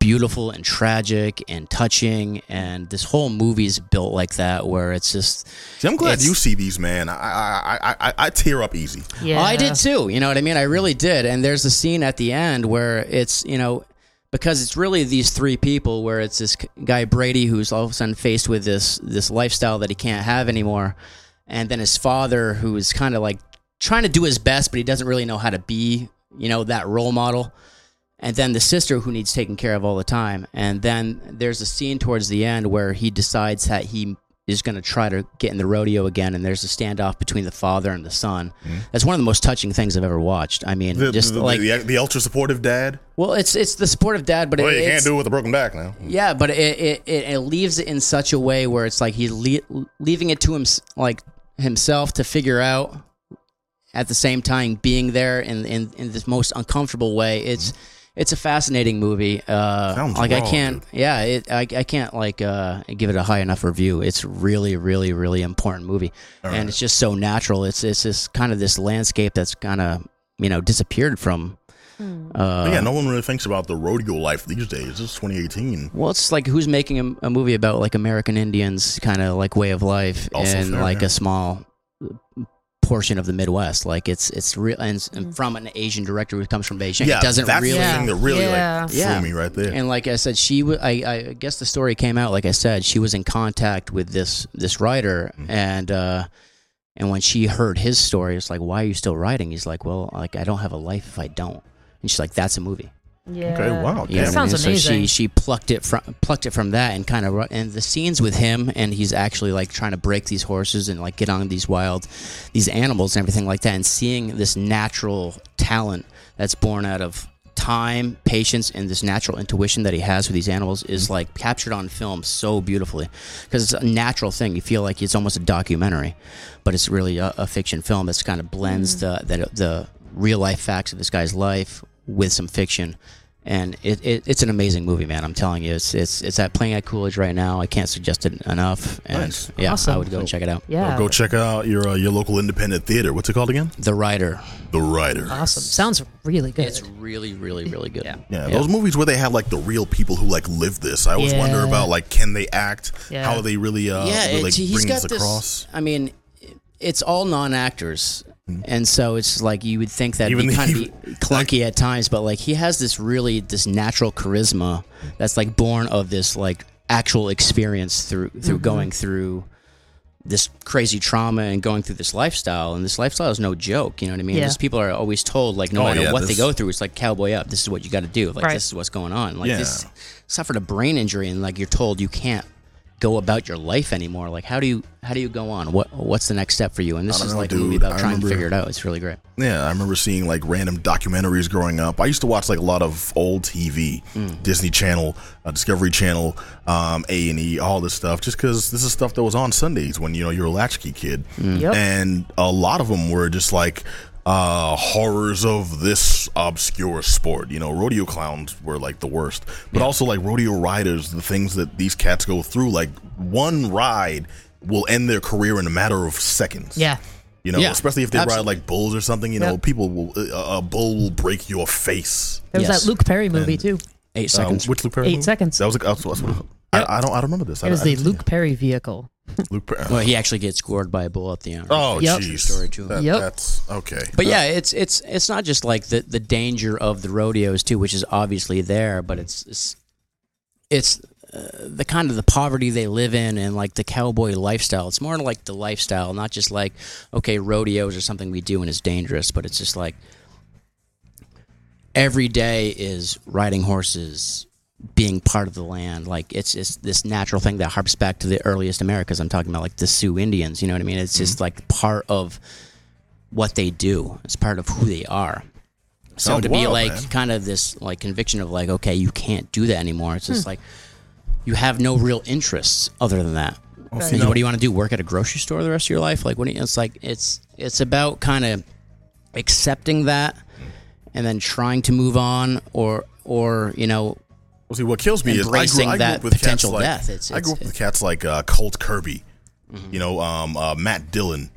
Speaker 7: beautiful and tragic and touching, and this whole movie's built like that, where it's just.
Speaker 3: See, I'm glad
Speaker 7: It's-
Speaker 3: you see these, man. I, I, I, I, I tear up easy.
Speaker 4: Yeah,
Speaker 7: I did too. You know what I mean? I really did. And there's a scene at the end where it's, you know, because it's really these three people where it's this c- guy Brady who's all of a sudden faced with this this lifestyle that he can't have anymore, and then his father who is kind of like trying to do his best but he doesn't really know how to be, you know, that role model. And then the sister who needs taken care of all the time. And then there's a scene towards the end where he decides that he is going to try to get in the rodeo again. And there's a standoff between the father and the son. That's one of the most touching things I've ever watched. I mean,
Speaker 9: Mm-hmm. The,
Speaker 7: just
Speaker 9: the,
Speaker 7: like,
Speaker 9: the, the ultra supportive dad.
Speaker 7: well, it's it's the sport of dad, but
Speaker 9: Well,
Speaker 7: it,
Speaker 9: you can't
Speaker 7: it's,
Speaker 9: do it with a broken back now.
Speaker 7: Mm. yeah, but it, it, it, it leaves it in such a way where it's like he's le- leaving it to him like himself to figure out. At the same time, being there in in, in this most uncomfortable way, it's it's a fascinating movie. Uh,
Speaker 9: Sounds
Speaker 7: like I
Speaker 9: raw,
Speaker 7: can't, yeah, it, I I can't like uh, give it a high enough review. It's really, really, really important movie, and it's just so natural. It's it's this kind of this landscape that's kind of you know disappeared from. Uh,
Speaker 4: Hmm,
Speaker 3: But Oh, yeah, no one really thinks about the rodeo life these days. This is 2018.
Speaker 7: Well, it's like who's making a, a movie about like American Indians kind of like way of life
Speaker 3: Also
Speaker 7: and
Speaker 3: fair,
Speaker 7: like
Speaker 3: yeah.
Speaker 7: a small portion of the Midwest. Like it's it's real and, s- and from an Asian director who comes from Beijing.
Speaker 3: yeah,
Speaker 7: it doesn't
Speaker 3: that's
Speaker 7: really.
Speaker 3: the thing that really
Speaker 4: Yeah.
Speaker 3: like
Speaker 7: Yeah.
Speaker 3: threw me right there.
Speaker 7: And like I said, she wa- I I guess the story came out like I said she was in contact with this this writer
Speaker 3: Mm-hmm.
Speaker 7: and. uh and when she heard his story, it's like, "Why are you still writing?" He's like, "Well, like I don't have a life if I don't." And she's like, "That's a movie."
Speaker 4: Yeah.
Speaker 9: Okay, wow.
Speaker 7: Yeah,
Speaker 4: That sounds
Speaker 7: So she
Speaker 4: amazing.
Speaker 7: she plucked it from plucked it from that and kind of and the scenes with him and he's actually like trying to break these horses and like get on these wild these animals and everything like that and seeing this natural talent that's born out of time, patience and this natural intuition that he has with these animals is like captured on film so beautifully because it's a natural thing. You feel like it's almost a documentary, but it's really a, a fiction film that's kind of blends the, the the real life facts of this guy's life with some fiction and it, it, it's an amazing movie, man. I'm telling you, it's it's it's at playing at Coolidge right now. I can't suggest it enough. And
Speaker 9: Nice.
Speaker 7: yeah, I
Speaker 4: Awesome.
Speaker 7: would go and check it out.
Speaker 4: Yeah.
Speaker 9: Go
Speaker 3: Check out your uh, your local independent theater. What's it called again?
Speaker 7: The Rider.
Speaker 3: The Rider.
Speaker 7: Uh,
Speaker 4: awesome. Sounds really good.
Speaker 7: It's really, really, really good. Yeah.
Speaker 9: Yeah,
Speaker 3: Yeah, those movies where they have like the real people who like live this. I always wonder
Speaker 4: Yeah.
Speaker 3: about like can they act?
Speaker 4: Yeah.
Speaker 3: How are they really uh
Speaker 7: yeah,
Speaker 3: really,
Speaker 7: it-
Speaker 3: like
Speaker 7: he's
Speaker 3: bring
Speaker 7: got
Speaker 3: this
Speaker 7: this.
Speaker 3: across?
Speaker 7: I mean, it's all non-actors,
Speaker 3: Mm-hmm.
Speaker 7: and so it's like you would think that
Speaker 9: Even
Speaker 7: be
Speaker 9: the-
Speaker 7: kind of be clunky at times, but like he has this really this natural charisma that's like born of this like actual experience through
Speaker 3: Mm-hmm.
Speaker 7: through going through this crazy trauma and going through this lifestyle and this lifestyle is no joke you know what i mean
Speaker 4: Yeah.
Speaker 7: These people are always told like no
Speaker 3: Oh,
Speaker 7: matter
Speaker 3: yeah,
Speaker 7: what they
Speaker 3: this-
Speaker 7: go through it's like cowboy up this is what you got to do like
Speaker 4: Right.
Speaker 7: this is what's going on like
Speaker 3: Yeah.
Speaker 7: this suffered a brain injury and like you're told you can't go about your life anymore. Like how do you how do you go on? What what's the next step for you? And
Speaker 3: I
Speaker 7: this
Speaker 3: don't
Speaker 7: is
Speaker 3: know,
Speaker 7: like a movie
Speaker 3: dude.
Speaker 7: about
Speaker 3: I
Speaker 7: trying
Speaker 3: remember-
Speaker 7: to figure it out. It's really great.
Speaker 3: Yeah, I remember seeing like random documentaries growing up. I used to watch like a lot of old TV, Disney Channel, uh, Discovery Channel, um, A and E, all this stuff, just because this is stuff that was on Sundays when you know you're a latchkey kid,
Speaker 4: Yep.
Speaker 3: and a lot of them were just like uh, horrors of this obscure sport. You know, rodeo clowns were like the worst, but also like rodeo riders, the things that these cats go through. Like one ride will end their career in a matter of seconds.
Speaker 4: yeah.
Speaker 3: You know,
Speaker 7: Yeah,
Speaker 3: especially if they
Speaker 7: absolutely.
Speaker 3: ride like bulls or something. You know,
Speaker 4: Yep.
Speaker 3: people will uh, a bull will break your face.
Speaker 4: There was
Speaker 7: Yes.
Speaker 4: that Luke Perry movie too.
Speaker 7: Eight
Speaker 3: Uh,
Speaker 7: seconds.
Speaker 3: which Luke Perry?
Speaker 4: Eight
Speaker 3: movie?
Speaker 4: seconds.
Speaker 3: That was like I, I don't I don't remember this.
Speaker 4: It was
Speaker 3: I, I
Speaker 4: the
Speaker 3: didn't see
Speaker 4: Luke Perry vehicle.
Speaker 3: Luke. Perry.
Speaker 7: Well, he actually gets scored by a bull at the end.
Speaker 3: oh,
Speaker 4: Yep.
Speaker 3: jeez.
Speaker 7: Story, too.
Speaker 3: That-
Speaker 4: Yep.
Speaker 3: That's okay.
Speaker 7: But yeah, it's it's it's not just like the the danger of the rodeos too, which is obviously there, but it's it's, it's uh, the kind of the poverty they live in and like the cowboy lifestyle. It's more like the lifestyle, not just like okay, rodeos are something we do and it's dangerous, but it's just like every day is riding horses being part of the land like it's it's this natural thing that harps back to the earliest americas i'm talking about like the sioux indians you know what i mean it's just like part of what they do it's part of who they are so
Speaker 3: Sounds
Speaker 7: to be
Speaker 3: wild,
Speaker 7: like
Speaker 3: man.
Speaker 7: kind of this like conviction of like okay you can't do that anymore it's just like you have no real interests other than that
Speaker 3: Right.
Speaker 7: So what do you want to do work at a grocery store the rest of your life like what do you, it's like it's it's about kind of accepting that and then trying to move on or or you know
Speaker 3: Well, see, what kills me is I grew,
Speaker 7: Embracing
Speaker 3: I grew
Speaker 7: that
Speaker 3: up with
Speaker 7: potential
Speaker 3: cats like,
Speaker 7: death. It's-
Speaker 3: I grew up
Speaker 7: it's- Mm-hmm.
Speaker 3: with cats like uh, Colt Kirby, you know, um, uh, Matt Dillon.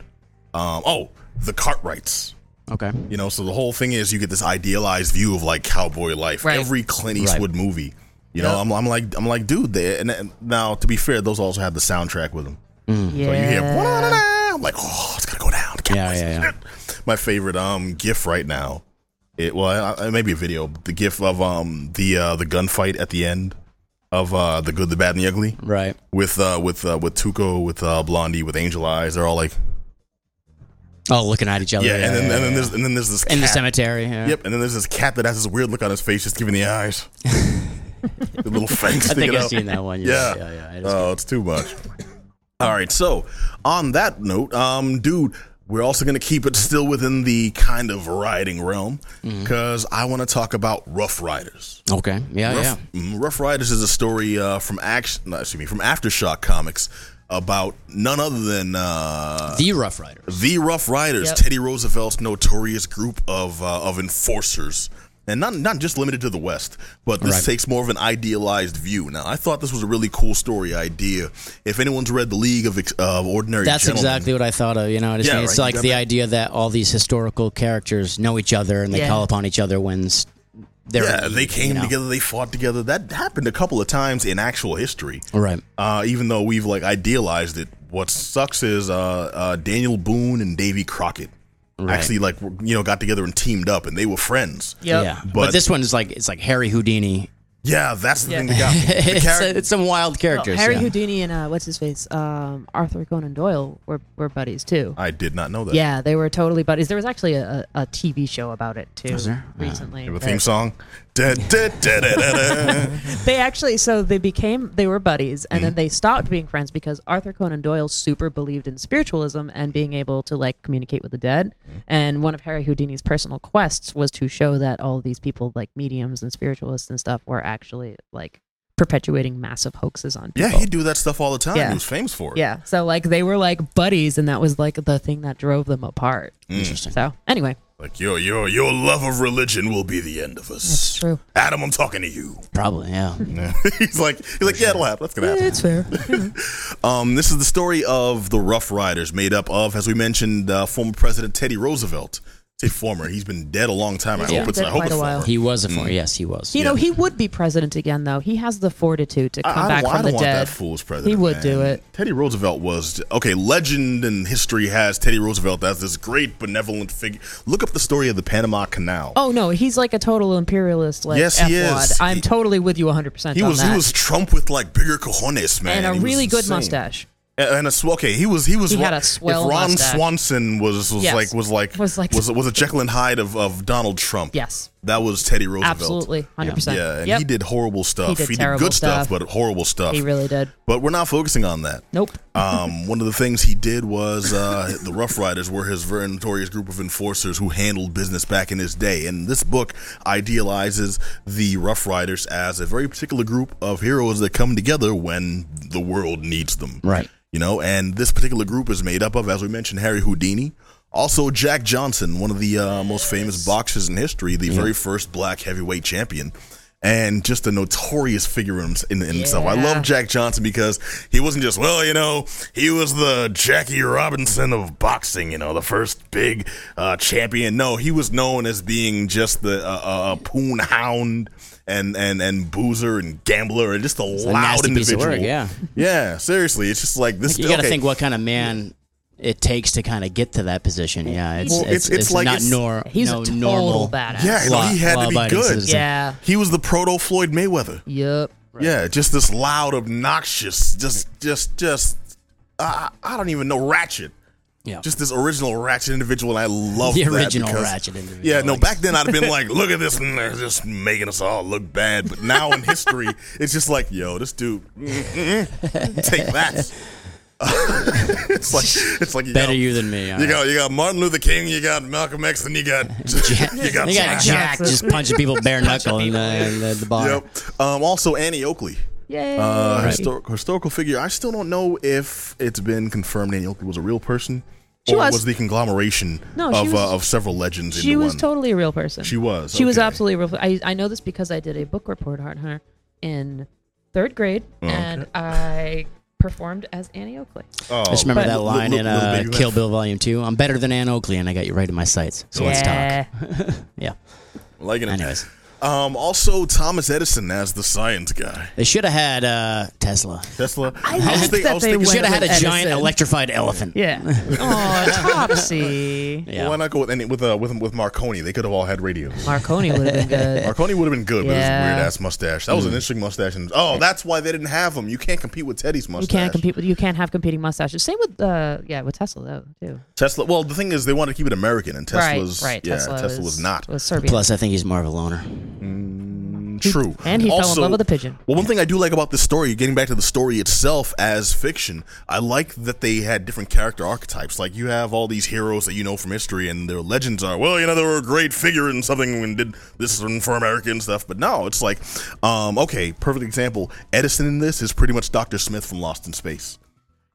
Speaker 3: Um, oh, the Cartwrights.
Speaker 7: okay
Speaker 3: You know, so the whole thing is you get this idealized view of like cowboy life.
Speaker 4: Right.
Speaker 3: Every Clint Eastwood movie. You know, I'm, I'm like I'm like, dude. They, and, and now, to be fair, those also have the soundtrack with them.
Speaker 4: Yeah.
Speaker 3: So you hear, "Wa-da-da-da," I'm like, oh, it's gonna go down. The
Speaker 7: Mm. Yeah,
Speaker 3: Cowboys."
Speaker 7: yeah, yeah.
Speaker 3: My favorite um GIF right now, it well, it may be a video. The GIF of um the uh, the gunfight at the end of uh the good, the bad, and the ugly
Speaker 7: right
Speaker 3: with uh with uh, with Tuco, with uh, Blondie, with Angel Eyes. They're all like,
Speaker 7: oh looking at each other
Speaker 3: yeah, and then and then
Speaker 7: yeah.
Speaker 3: there's and then there's this
Speaker 7: in the
Speaker 3: cat.
Speaker 7: cemetery yeah.
Speaker 3: Yep, and then there's this cat that has this weird look on his face, just giving the eyes, the little fangs.
Speaker 7: i think
Speaker 3: sticking
Speaker 7: i've
Speaker 3: out.
Speaker 7: seen that one
Speaker 3: Yeah.
Speaker 7: yeah yeah, yeah, It is
Speaker 3: Oh, it's too much. All right. So, on that note, um, dude, we're also going to keep it still within the kind of riding realm
Speaker 7: Mm-hmm.
Speaker 3: because I want to talk about Rough Riders.
Speaker 7: good. okay yeah Oh, yeah
Speaker 3: Rough, mm, Rough Riders is a story uh, from action. no, excuse me, from Aftershock Comics about none other than uh,
Speaker 7: the rough riders
Speaker 3: the Rough Riders,
Speaker 4: Yep.
Speaker 3: Teddy Roosevelt's notorious group of uh, of enforcers, and not not just limited to the West, but this
Speaker 7: Right.
Speaker 3: takes more of an idealized view. Now, I thought this was a really cool story idea. If anyone's read the League of Ex- of Ordinary
Speaker 7: that's
Speaker 3: Gentlemen,
Speaker 7: exactly what I thought of. You know, I just
Speaker 3: Yeah,
Speaker 7: mean, it's
Speaker 3: right, you
Speaker 7: like
Speaker 3: got
Speaker 7: the
Speaker 3: that.
Speaker 7: idea that all these historical characters know each other and they
Speaker 4: Yeah.
Speaker 7: call upon each other when s- they're in
Speaker 3: yeah, they
Speaker 7: need, you
Speaker 3: came
Speaker 7: know?
Speaker 3: together, they fought together. That happened a couple of times in actual history.
Speaker 7: Right.
Speaker 3: Uh, even though we've like idealized it, what sucks is uh, uh, Daniel Boone and Davy Crockett
Speaker 7: Right.
Speaker 3: actually like were- you know got together and teamed up, and they were friends.
Speaker 4: Yep.
Speaker 7: Yeah, but,
Speaker 3: But-
Speaker 7: this one is like it's like Harry Houdini.
Speaker 3: Yeah, that's the thing that got me. The
Speaker 7: it's, uh,
Speaker 3: charac-
Speaker 7: it's some wild
Speaker 3: Oh,
Speaker 7: characters.
Speaker 4: Harry
Speaker 7: Oh, yeah.
Speaker 4: Houdini and uh, what's his face? Um, Arthur Conan Doyle were, were buddies too.
Speaker 3: I did not know that.
Speaker 4: Yeah, they were totally buddies. There was actually a, a, a TV show about it too
Speaker 7: there? Uh, Yeah.
Speaker 4: recently.
Speaker 3: You have a
Speaker 4: that-
Speaker 3: theme song. Da, da, da, da, da, da.
Speaker 4: They actually so they became they were buddies and
Speaker 3: Mm-hmm.
Speaker 4: then they stopped being friends because Arthur Conan Doyle super believed in spiritualism and being able to like communicate with the dead.
Speaker 3: Mm-hmm.
Speaker 4: And one of Harry Houdini's personal quests was to show that all these people like mediums and spiritualists and stuff were actually like perpetuating massive hoaxes on
Speaker 3: yeah,
Speaker 4: people.
Speaker 3: he do that stuff all the time.
Speaker 4: Yeah.
Speaker 3: He was famous for it.
Speaker 4: Yeah. So like they were like buddies and that was like the thing that drove them apart.
Speaker 3: Mm.
Speaker 7: Interesting.
Speaker 4: So anyway,
Speaker 3: Like your your your love of religion will be the end of us.
Speaker 4: That's true.
Speaker 3: Adam, I'm talking to you.
Speaker 7: Probably, yeah.
Speaker 3: he's like he's like yeah, it'll happen. That's gonna happen.
Speaker 4: fair.
Speaker 3: Um, this is the story of the Rough Riders, made up of, as we mentioned, uh, former President Teddy Roosevelt. Say former. He's been dead a long time. I
Speaker 4: been
Speaker 3: hope it's.
Speaker 4: dead
Speaker 3: I hope
Speaker 4: quite
Speaker 3: it's
Speaker 4: a while.
Speaker 3: former.
Speaker 7: He was a
Speaker 3: Mm.
Speaker 7: former. Yes, he was.
Speaker 4: You know, he would be president again, though. He has the fortitude to
Speaker 3: I-
Speaker 4: come
Speaker 3: I,
Speaker 4: back
Speaker 3: don't, I
Speaker 4: from the
Speaker 3: don't want
Speaker 4: dead.
Speaker 3: that fool's president.
Speaker 4: He would
Speaker 3: man.
Speaker 4: do it.
Speaker 3: Teddy Roosevelt was okay. Legend and history has Teddy Roosevelt as this great benevolent figure. Look up the story of the Panama Canal.
Speaker 4: Oh no, he's like a total imperialist. Like
Speaker 3: Yes, he
Speaker 4: F-wad.
Speaker 3: is.
Speaker 4: I'm
Speaker 3: He-
Speaker 4: totally with you 100. percent
Speaker 3: he
Speaker 4: on
Speaker 3: was
Speaker 4: that.
Speaker 3: he was Trump with like bigger cojones, man,
Speaker 4: and a
Speaker 3: He was
Speaker 4: really good
Speaker 3: insane.
Speaker 4: mustache.
Speaker 3: And and a sw- okay, he was he was
Speaker 4: He
Speaker 3: Ron-
Speaker 4: had a swell
Speaker 3: If Ron
Speaker 4: mustache.
Speaker 3: Swanson was was
Speaker 4: Yes.
Speaker 3: like was like
Speaker 4: Was like-
Speaker 3: was was a Jekyll and Hyde of, of Donald Trump.
Speaker 4: Yes,
Speaker 3: that was Teddy Roosevelt.
Speaker 4: absolutely, 100. percent
Speaker 3: Yeah, and
Speaker 4: yep.
Speaker 3: he did horrible stuff.
Speaker 4: did
Speaker 3: He did,
Speaker 4: terrible
Speaker 3: good stuff,
Speaker 4: stuff.
Speaker 3: but horrible stuff.
Speaker 4: He really did.
Speaker 3: but we're not focusing on that.
Speaker 4: Nope.
Speaker 3: Um, one of the things he did was uh, the Rough Riders were his very notorious group of enforcers who handled business back in his day. And this book idealizes the Rough Riders as a very particular group of heroes that come together when the world needs them.
Speaker 7: Right.
Speaker 3: You know, and this particular group is made up of, as we mentioned, Harry Houdini. Also, Jack Johnson, one of the uh, most famous boxers in history, the very first black heavyweight champion, and just a notorious figure in, in himself. I love
Speaker 4: Yeah.
Speaker 3: Jack Johnson because he wasn't just, well, you know, he was the Jackie Robinson of boxing, you know, the first big uh, champion. No, he was known as being just the uh, uh, poon hound and and and boozer and gambler and just a
Speaker 7: It's a
Speaker 3: loud
Speaker 7: nasty piece of
Speaker 3: individual.
Speaker 7: work, yeah.
Speaker 3: Yeah, seriously, it's just like this.
Speaker 7: You got to
Speaker 3: okay.
Speaker 7: think what kind of man it takes to kind of get to that position. Yeah, it's
Speaker 3: Well,
Speaker 7: it's,
Speaker 3: it's- it's like
Speaker 7: not
Speaker 3: it's-
Speaker 7: nor,
Speaker 4: He's
Speaker 7: no
Speaker 4: a total
Speaker 7: normal.
Speaker 4: badass.
Speaker 3: Yeah, no, he had to be
Speaker 7: law-abiding
Speaker 3: good.
Speaker 7: citizen.
Speaker 4: Yeah.
Speaker 3: He was the proto Floyd Mayweather.
Speaker 4: Yep.
Speaker 3: Yeah, just this loud, obnoxious, just just just uh, I don't even know ratchet.
Speaker 7: Yeah.
Speaker 3: Just this original ratchet individual, and I love
Speaker 7: The
Speaker 3: that
Speaker 7: original
Speaker 3: because-
Speaker 7: ratchet individual.
Speaker 3: Yeah, no.
Speaker 7: Like-
Speaker 3: Back then, I'd have been like, "Look at this, mm, they're just making us all look bad." But now in history, it's just like, "Yo, this dude, mm, mm, mm, take that." it's like it's like you
Speaker 7: better
Speaker 3: got,
Speaker 7: you than me. all
Speaker 3: You
Speaker 7: right.
Speaker 3: got you got Martin Luther King, you got Malcolm X, and you got
Speaker 7: Jack,
Speaker 3: you got
Speaker 7: they got Jack just punching people bare knuckle in the, in the, the bar.
Speaker 3: Yep. Um, also, Annie Oakley.
Speaker 4: Yay.
Speaker 3: Uh, histor- historical figure. I still don't know if it's been confirmed Annie Oakley was a real person
Speaker 4: She
Speaker 3: or
Speaker 4: was.
Speaker 3: the conglomeration
Speaker 4: No, she
Speaker 3: of,
Speaker 4: was-
Speaker 3: uh, of several legends.
Speaker 4: she
Speaker 3: into
Speaker 4: was
Speaker 3: one.
Speaker 4: totally a real person.
Speaker 3: She was.
Speaker 4: She was
Speaker 3: okay.
Speaker 4: absolutely real. I, I know this because I did a book report on her in third grade, and I performed as Annie Oakley.
Speaker 3: Oh,
Speaker 7: I just remember
Speaker 4: But-
Speaker 7: that line
Speaker 3: Lil-
Speaker 7: in
Speaker 3: Lil- Lil
Speaker 7: uh,
Speaker 3: Baby
Speaker 7: Kill
Speaker 3: Left.
Speaker 7: Bill Volume Two. I'm better than Ann Oakley, and I got you right in my sights. So let's talk. Yeah.
Speaker 3: Liking it.
Speaker 7: Anyways,
Speaker 3: Um, also, Thomas Edison as the science guy.
Speaker 7: they should have had uh, Tesla.
Speaker 3: Tesla.
Speaker 4: I liked that they
Speaker 7: We
Speaker 4: Went
Speaker 7: should have had a
Speaker 4: with
Speaker 7: giant
Speaker 4: Edison.
Speaker 7: electrified elephant.
Speaker 4: Yeah. oh, Topsy.
Speaker 7: Yeah.
Speaker 3: Why not go with any, with uh, with with Marconi? They could have all had radios.
Speaker 4: Marconi would have been good.
Speaker 3: Marconi would have been good, but his
Speaker 4: Yeah. Mm.
Speaker 3: weird ass mustache. That was an interesting mustache. And, oh, that's why they didn't have him. You can't compete with Teddy's mustache.
Speaker 4: You can't compete. With, you can't have competing mustaches. Same with uh, yeah, with Tesla though too.
Speaker 3: Tesla. Well, the thing is, they wanted to keep it American, and Tesla's
Speaker 4: right, right.
Speaker 3: yeah,
Speaker 4: Tesla,
Speaker 3: Tesla, was, not
Speaker 4: was Serbian.
Speaker 7: Plus, I think he's more of a loner.
Speaker 3: true.
Speaker 4: and he fell in love with a pigeon.
Speaker 3: Well, one thing I do like about this story, getting back to the story itself as fiction, I like that they had different character archetypes. Like you have all these heroes that you know from history, and their legends are well, you know, they were a great figure and something and did this and for America and stuff. But no, it's like, um, okay, perfect example. Edison in this is pretty much Doctor Smith from Lost in Space.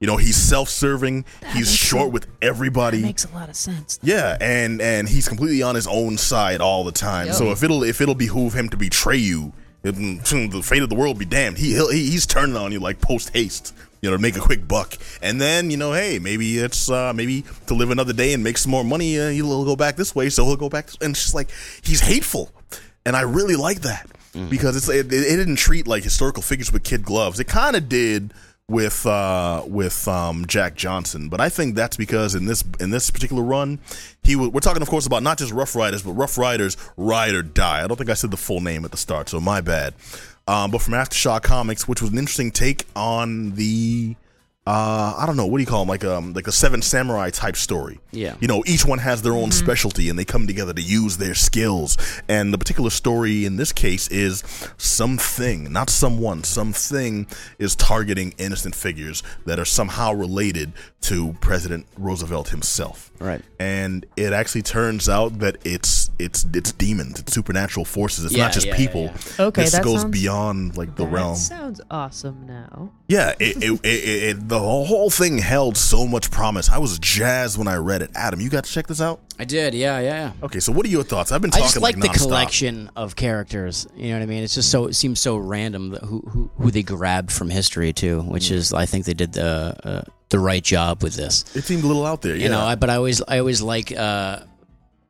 Speaker 3: You know, he's self-serving. he's short with everybody.
Speaker 4: Makes a lot of sense.
Speaker 3: Yeah, and and he's completely on his own side all the time. So if it'll if it'll behoove him to betray you, if- hmm, the fate of the world be damned. He he'll, he- he's turning on you like post haste, you know, to make a quick buck. And then you know, hey, maybe it's uh, maybe to live another day and make some more money. Uh, he'll go back this way, so he'll go back. This, and it's just like he's hateful, and I really like that because it's it, it didn't treat like historical figures with kid gloves. It kind of did with uh, with um, Jack Johnson, but I think that's because in this in this particular run, he wa- we're talking of course about not just Rough Riders, but Rough Riders Ride or Die. I don't think I said the full name at the start, so my bad. Um, but from AfterShock Comics, which was an interesting take on the uh, I don't know what do you call them like um like a Seven Samurai type story.
Speaker 7: Yeah.
Speaker 3: you know each one has their own
Speaker 4: Mm-hmm.
Speaker 3: specialty and they come together to use their skills. And the particular story in this case is something, not someone, something is targeting innocent figures that are somehow related to President Roosevelt himself.
Speaker 7: Right.
Speaker 3: And it actually turns out that it's it's it's demons, it's supernatural forces. It's
Speaker 7: Yeah,
Speaker 3: not just
Speaker 7: yeah,
Speaker 3: people.
Speaker 7: yeah,
Speaker 4: Okay,
Speaker 3: this
Speaker 4: that
Speaker 3: goes
Speaker 4: sounds-
Speaker 3: beyond like the
Speaker 4: that
Speaker 3: realm.
Speaker 4: sounds awesome now.
Speaker 3: Yeah, it, it, it, it, it, the whole thing held so much promise. I was jazzed when I read it. Adam, you got to check this out.
Speaker 7: I did. Yeah. Yeah. yeah.
Speaker 3: Okay, so what are your thoughts? I've been
Speaker 7: I
Speaker 3: talking
Speaker 7: just like, the
Speaker 3: nonstop.
Speaker 7: collection of characters. You know what I mean? It's just so it seems so random that who who, who they grabbed from history too, which is I think they did the uh, the right job with this.
Speaker 3: It seemed a little out there. Yeah.
Speaker 7: You know, I, but I always I always like uh,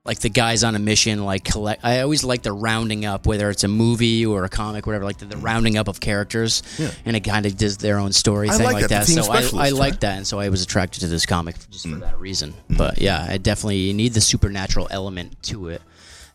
Speaker 7: like the guys on a mission like collect. I always like the rounding up, whether it's a movie or a comic, whatever. Like the,
Speaker 3: Mm.
Speaker 7: the rounding up of characters, and it kind of does their own story
Speaker 3: I
Speaker 7: thing
Speaker 3: like
Speaker 7: like
Speaker 3: that,
Speaker 7: that.
Speaker 3: the team
Speaker 7: So I, I
Speaker 3: specialist,
Speaker 7: like
Speaker 3: right? Mm.
Speaker 7: that, and so I was attracted to this comic just for that reason. But yeah, I definitely you need the supernatural element to it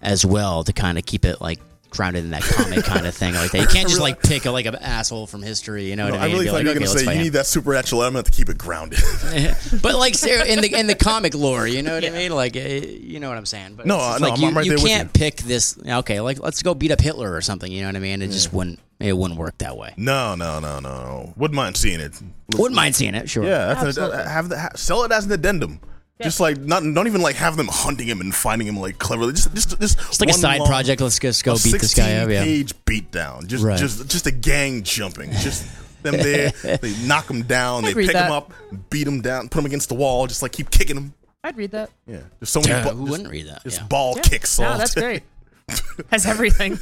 Speaker 7: as well to kind of keep it like grounded in that comic kind of thing like that. You can't just like pick a, like an asshole from history. You know
Speaker 3: No,
Speaker 7: what
Speaker 3: I
Speaker 7: I mean?
Speaker 3: really
Speaker 7: Be
Speaker 3: thought
Speaker 7: like,
Speaker 3: you were going
Speaker 7: "Okay,
Speaker 3: to
Speaker 7: let's
Speaker 3: say
Speaker 7: fight
Speaker 3: you
Speaker 7: him."
Speaker 3: need that supernatural element to keep it grounded.
Speaker 7: but like Sarah, in the in the comic lore, you know what I mean? Like, uh, you know what I'm saying? But
Speaker 3: No,
Speaker 7: it's just
Speaker 3: uh, no,
Speaker 7: like
Speaker 3: I'm-
Speaker 7: you,
Speaker 3: I'm right
Speaker 7: you
Speaker 3: there with
Speaker 7: can't pick this. Okay, like let's go beat up Hitler or something. You know what I mean? It just wouldn't it wouldn't work that way.
Speaker 3: no, no, no, no, no. Wouldn't mind seeing it.
Speaker 7: Wouldn't mind seeing it, sure.
Speaker 3: Yeah, that's an, uh, have the, ha, sell it as an addendum. Just like not, don't even like have them hunting him and finding him like cleverly. Just, just, just
Speaker 7: it's like a
Speaker 3: one
Speaker 7: side
Speaker 3: long-
Speaker 7: project. Let's just go
Speaker 3: a
Speaker 7: beat this guy up.
Speaker 3: 16
Speaker 7: Yeah,
Speaker 3: Page beatdown. Just
Speaker 7: Right.
Speaker 3: just just a gang jumping. Just them there. they knock them down. They
Speaker 4: read
Speaker 3: pick them
Speaker 4: that.
Speaker 3: up, beat them down, put them against the wall. Just like keep kicking them.
Speaker 4: I'd read that.
Speaker 3: Yeah. There's so
Speaker 7: Yeah,
Speaker 3: many. bu-
Speaker 7: who
Speaker 3: just-
Speaker 7: wouldn't read that?
Speaker 3: Just
Speaker 7: Yeah.
Speaker 3: ball kicks.
Speaker 4: No,
Speaker 3: all
Speaker 4: that's
Speaker 3: day.
Speaker 4: great. Has everything.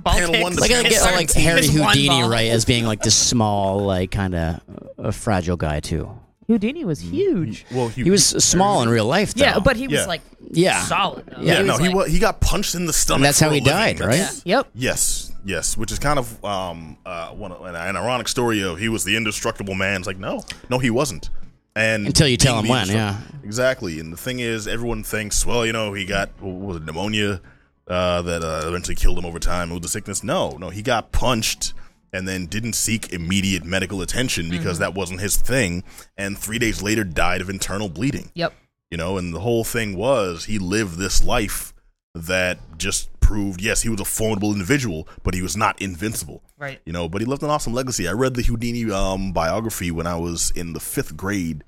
Speaker 4: Ball
Speaker 3: Panel
Speaker 4: kicks.
Speaker 3: one to
Speaker 7: Like I get like Harry
Speaker 4: Just one
Speaker 7: Houdini
Speaker 4: ball.
Speaker 7: right as being like this small, like kind of a fragile guy too.
Speaker 4: Houdini was huge.
Speaker 3: Mm-hmm. Well, he,
Speaker 7: He was small in real life, though.
Speaker 4: Yeah, but he was
Speaker 3: Yeah.
Speaker 4: like
Speaker 7: yeah,
Speaker 4: solid. Though.
Speaker 7: Yeah,
Speaker 3: Yeah, no,
Speaker 4: was
Speaker 3: he
Speaker 4: like-
Speaker 3: wa- he got punched in the stomach.
Speaker 7: that's
Speaker 3: for
Speaker 7: how
Speaker 3: a
Speaker 7: he
Speaker 3: living.
Speaker 7: died,
Speaker 3: That's-
Speaker 7: right?
Speaker 4: Yep.
Speaker 3: Yes. Yes, which is kind of um, uh, one of, an, an ironic story of he was the indestructible man. It's like no, no, he wasn't. And
Speaker 7: Until you tell
Speaker 3: being
Speaker 7: him
Speaker 3: the
Speaker 7: when, yeah.
Speaker 3: indestruct- exactly. And the thing is, everyone thinks, well, you know, he got what was it, pneumonia uh, that uh, eventually killed him over time. It was a sickness. No, no, he got punched and then didn't seek immediate medical attention because
Speaker 7: Mm-hmm.
Speaker 3: that wasn't his thing. And three days later, died of internal bleeding
Speaker 4: Yep.
Speaker 3: you know and the whole thing was he lived this life that just proved yes he was a formidable individual but he was not invincible
Speaker 4: Right.
Speaker 3: you know but he left an awesome legacy i read the houdini um, biography when i was in the fifth grade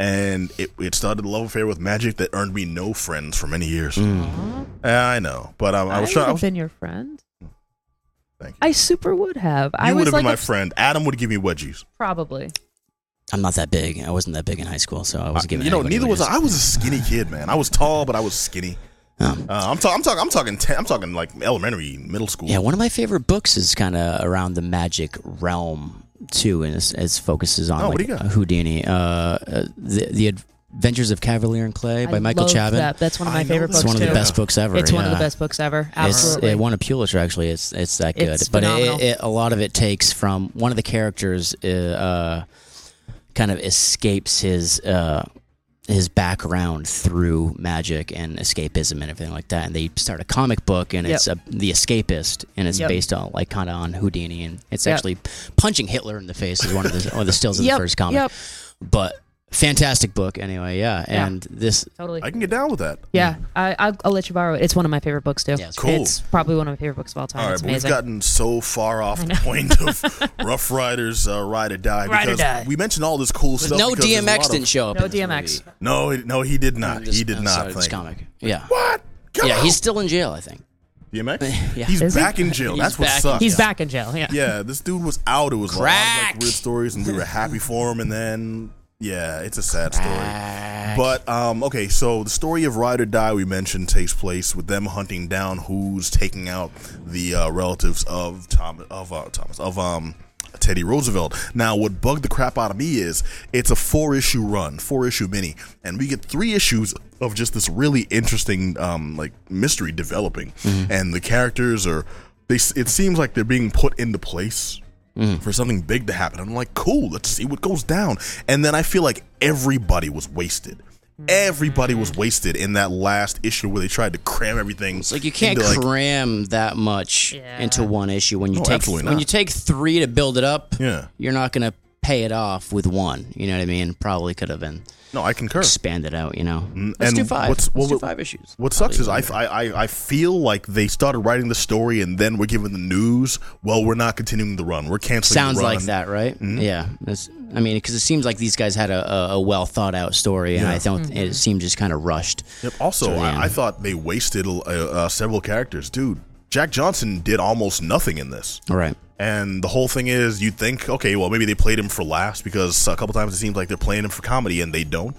Speaker 3: and it, it started a love affair with magic that earned me no friends for many years
Speaker 7: Mm.
Speaker 3: i know but um, i was
Speaker 4: would
Speaker 3: trying I
Speaker 4: have
Speaker 3: was,
Speaker 4: been your friend.
Speaker 3: Thank you.
Speaker 4: I super would have. I
Speaker 3: you would
Speaker 4: was
Speaker 3: have
Speaker 4: like
Speaker 3: been my
Speaker 4: obs-
Speaker 3: friend adam would give me wedgies
Speaker 4: probably.
Speaker 7: I'm not that big. I wasn't that big in high school, so I was giving.
Speaker 3: Uh, you know
Speaker 7: anybody
Speaker 3: neither was
Speaker 7: wedges.
Speaker 3: i i was a skinny kid man i was tall but i was skinny
Speaker 7: Um,
Speaker 3: uh, i'm talking i'm talking i'm talking ten, i'm talking like elementary middle school
Speaker 7: Yeah, one of my favorite books is kind of around the magic realm too, and it's- it focuses on
Speaker 3: Oh, what
Speaker 7: like,
Speaker 3: do you got?
Speaker 7: Houdini, uh, uh, the, the Adventures of Cavalier and Clay by
Speaker 4: I
Speaker 7: Michael
Speaker 4: love
Speaker 7: Chabon.
Speaker 4: That. That's one of
Speaker 3: I
Speaker 4: my
Speaker 3: know that.
Speaker 4: favorite books.
Speaker 7: It's one of the
Speaker 4: too.
Speaker 7: best books ever.
Speaker 4: It's one of the
Speaker 7: yeah.
Speaker 4: best books ever.
Speaker 7: It's,
Speaker 4: Absolutely.
Speaker 7: it won a Pulitzer actually. It's it's that good,
Speaker 4: It's
Speaker 7: but it,
Speaker 4: phenomenal.
Speaker 7: it, a lot of it takes from one of the characters uh, uh, kind of escapes his uh, his background through magic and escapism and everything like that, and they start a comic book and
Speaker 4: Yep.
Speaker 7: it's a, the Escapist and it's
Speaker 4: Yep.
Speaker 7: based on like kind of on Houdini and it's
Speaker 4: Yep.
Speaker 7: actually punching Hitler in the face is one of the one of the stills in
Speaker 4: Yep,
Speaker 7: the first comic,
Speaker 4: yep.
Speaker 7: but fantastic book anyway. Yeah,
Speaker 4: Yeah.
Speaker 7: and this
Speaker 4: totally.
Speaker 3: I can get down with that.
Speaker 4: yeah, I, I'll, I'll let you borrow it. It's one of my favorite books too.
Speaker 7: Yeah, it's
Speaker 3: Cool.
Speaker 4: It's probably one of my favorite books of
Speaker 7: Oh,
Speaker 4: all time.
Speaker 3: All right,
Speaker 4: it's
Speaker 3: but we've
Speaker 4: amazing.
Speaker 3: gotten so far off the point of Rough Riders uh, Ride or Die
Speaker 4: Ride or
Speaker 3: because
Speaker 4: die.
Speaker 3: we mentioned all this cool stuff.
Speaker 7: no
Speaker 3: because there's a lot
Speaker 7: DMX
Speaker 3: of-
Speaker 7: didn't show up.
Speaker 4: no
Speaker 7: in this
Speaker 4: DMX.
Speaker 7: movie.
Speaker 3: No, he- no, he did not.
Speaker 7: I'm just-
Speaker 3: he did
Speaker 7: I'm
Speaker 3: not.
Speaker 7: sorry, it's
Speaker 3: Think.
Speaker 7: comic. Yeah.
Speaker 3: What? Come
Speaker 7: Yeah,
Speaker 3: on.
Speaker 7: he's still in jail, I think.
Speaker 3: DMX.
Speaker 7: Yeah.
Speaker 3: He's
Speaker 4: Is he?
Speaker 3: back in jail.
Speaker 7: He's
Speaker 3: That's what
Speaker 7: back in
Speaker 3: sucks.
Speaker 4: He's back in jail. Yeah.
Speaker 3: Yeah, this dude was out. It was a lot of,
Speaker 7: Crack.
Speaker 3: like weird stories, and we were happy for him. And then, yeah, it's a sad story. But um, okay, so the story of Ride or Die we mentioned takes place with them hunting down who's taking out the uh, relatives of Tom of uh, Thomas of um. Teddy Roosevelt. Now, what bugged the crap out of me is it's a four issue run, four issue mini, and we get three issues of just this really interesting, um, like mystery developing, and the characters are they s- it seems like they're being put into place
Speaker 7: Mm.
Speaker 3: for something big to happen. I'm like, cool, let's see what goes down. And then I feel like everybody was wasted. Everybody was wasted in that last issue where they tried to cram everything.
Speaker 7: Mm. It's like you can't
Speaker 3: into, like-
Speaker 7: cram that much
Speaker 4: Yeah.
Speaker 7: into one issue when you
Speaker 3: No,
Speaker 7: take
Speaker 3: absolutely
Speaker 7: when
Speaker 3: not.
Speaker 7: you take three to build it up.
Speaker 3: Yeah.
Speaker 7: you're not gonna pay it off with one. You know what I mean? Probably could have been
Speaker 3: no, I concur.
Speaker 7: expanded out. You know,
Speaker 3: Mm,
Speaker 7: let's
Speaker 3: and
Speaker 7: do five.
Speaker 3: what's- what-
Speaker 7: let's do five issues.
Speaker 3: What sucks is I,
Speaker 7: Probably.
Speaker 3: I I- I feel like they started writing the story and then we're given the news. Well, we're not continuing the run. We're canceling.
Speaker 7: sounds
Speaker 3: the run. Mm-hmm.
Speaker 7: like that, right? Yeah, that's, I mean, because it seems like these guys had a, a, a well thought out story, and I don't. It seemed just kind of rushed.
Speaker 3: Yep. Also,
Speaker 7: the end.
Speaker 3: I, I thought they wasted uh, uh, several characters. Dude, Jack Johnson did almost nothing in this.
Speaker 7: All right.
Speaker 3: And the whole thing is, you think, okay, well, maybe they played him for laughs because a couple times it seems like they're playing him for comedy and they don't.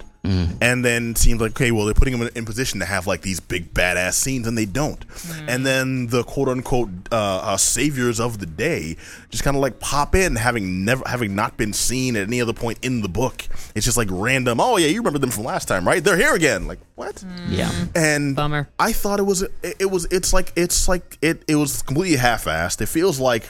Speaker 3: And then it seems like, okay, well, they're putting him in, in position to have like these big badass scenes and they don't. And then the quote unquote uh, uh, saviors of the day just kind of like pop in, having never, having not been seen at any other point in the book. It's just like random. Oh yeah, you remember them from last time, right? They're here again. Like what?
Speaker 7: Yeah.
Speaker 3: and
Speaker 4: Bummer.
Speaker 3: I thought it was it, it was it's like it's like it it was completely half-assed. It feels like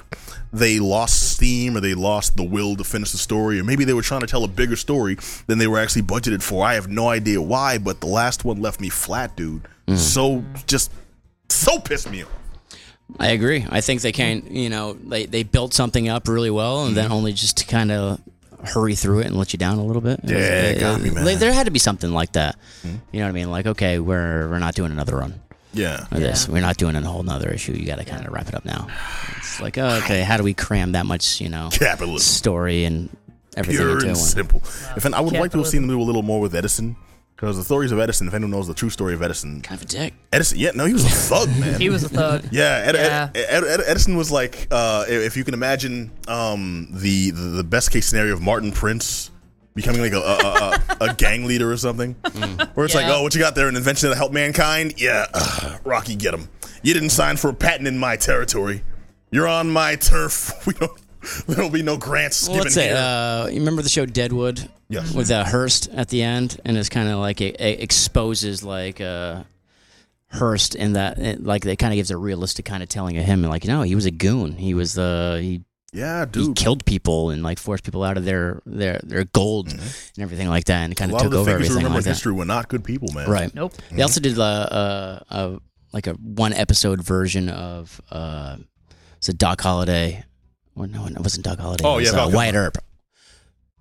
Speaker 3: they lost steam or they lost the will to finish the story or maybe they were trying to tell a bigger story than they were actually budgeted for. I have no idea why, but the last one left me flat, dude. So just so pissed me off.
Speaker 7: I agree. I think they can, you know, they, they built something up really well
Speaker 3: Mm-hmm.
Speaker 7: and then only just to kind of hurry through it and let you down a little bit. It was-
Speaker 3: Yeah, it got me, man. Mm-hmm.
Speaker 7: like, There had to be something like that. You know what I mean? Like, okay, we're we're not doing another run
Speaker 3: Yeah.
Speaker 7: of this. We're not doing a whole nother issue. You got to kind of wrap it up now. It's like, oh, okay, how do we cram that much, you know,
Speaker 3: Capitalism.
Speaker 7: story and everything
Speaker 3: Pure
Speaker 7: into
Speaker 3: and
Speaker 7: one?
Speaker 3: simple. If and I would like to have seen them do a little more with Edison. Because the stories of Edison, if anyone knows the true story of Edison,
Speaker 7: Kind of a dick.
Speaker 3: Edison, yeah, no, he was a thug, man.
Speaker 4: He was a thug.
Speaker 3: Yeah, Ed,
Speaker 4: Yeah.
Speaker 3: Ed, Ed, Ed, Edison was like, uh, if if you can imagine um, the, the the best case scenario of Martin Prince becoming like a a, a, a gang leader or something,
Speaker 7: Mm.
Speaker 3: where it's like,
Speaker 4: Yeah.
Speaker 3: oh, what you got there? An invention that'll help mankind? Yeah, ugh, Rocky, get him. You didn't sign for a patent in my territory. You're on my turf. We don't. There'll be no grants
Speaker 7: Well,
Speaker 3: given
Speaker 7: let's say,
Speaker 3: here.
Speaker 7: uh, you remember the show Deadwood?
Speaker 3: Yes.
Speaker 7: With uh, Hearst at the end, and it's kind of like it, it exposes like uh, Hearst in that, it- like, it kind of gives a realistic kind of telling of him. And, like, no, he was a goon. He was the, he,
Speaker 3: Yeah, dude.
Speaker 7: he killed people and, like, forced people out of their, their, their gold and everything like that. And it
Speaker 3: Mm-hmm. a lot of
Speaker 7: kind of took
Speaker 3: the
Speaker 7: over
Speaker 3: figures we
Speaker 7: everything
Speaker 3: remember in
Speaker 7: like that.
Speaker 3: history were not good people, man.
Speaker 7: Right.
Speaker 4: Nope.
Speaker 7: They also did uh, uh, uh, like a one episode version of uh, it's a Doc Holiday. Well, no, it wasn't Doc Holiday.
Speaker 3: Oh,
Speaker 7: it was,
Speaker 3: yeah,
Speaker 7: uh,
Speaker 3: Val Kilmer.
Speaker 7: Wyatt Earp.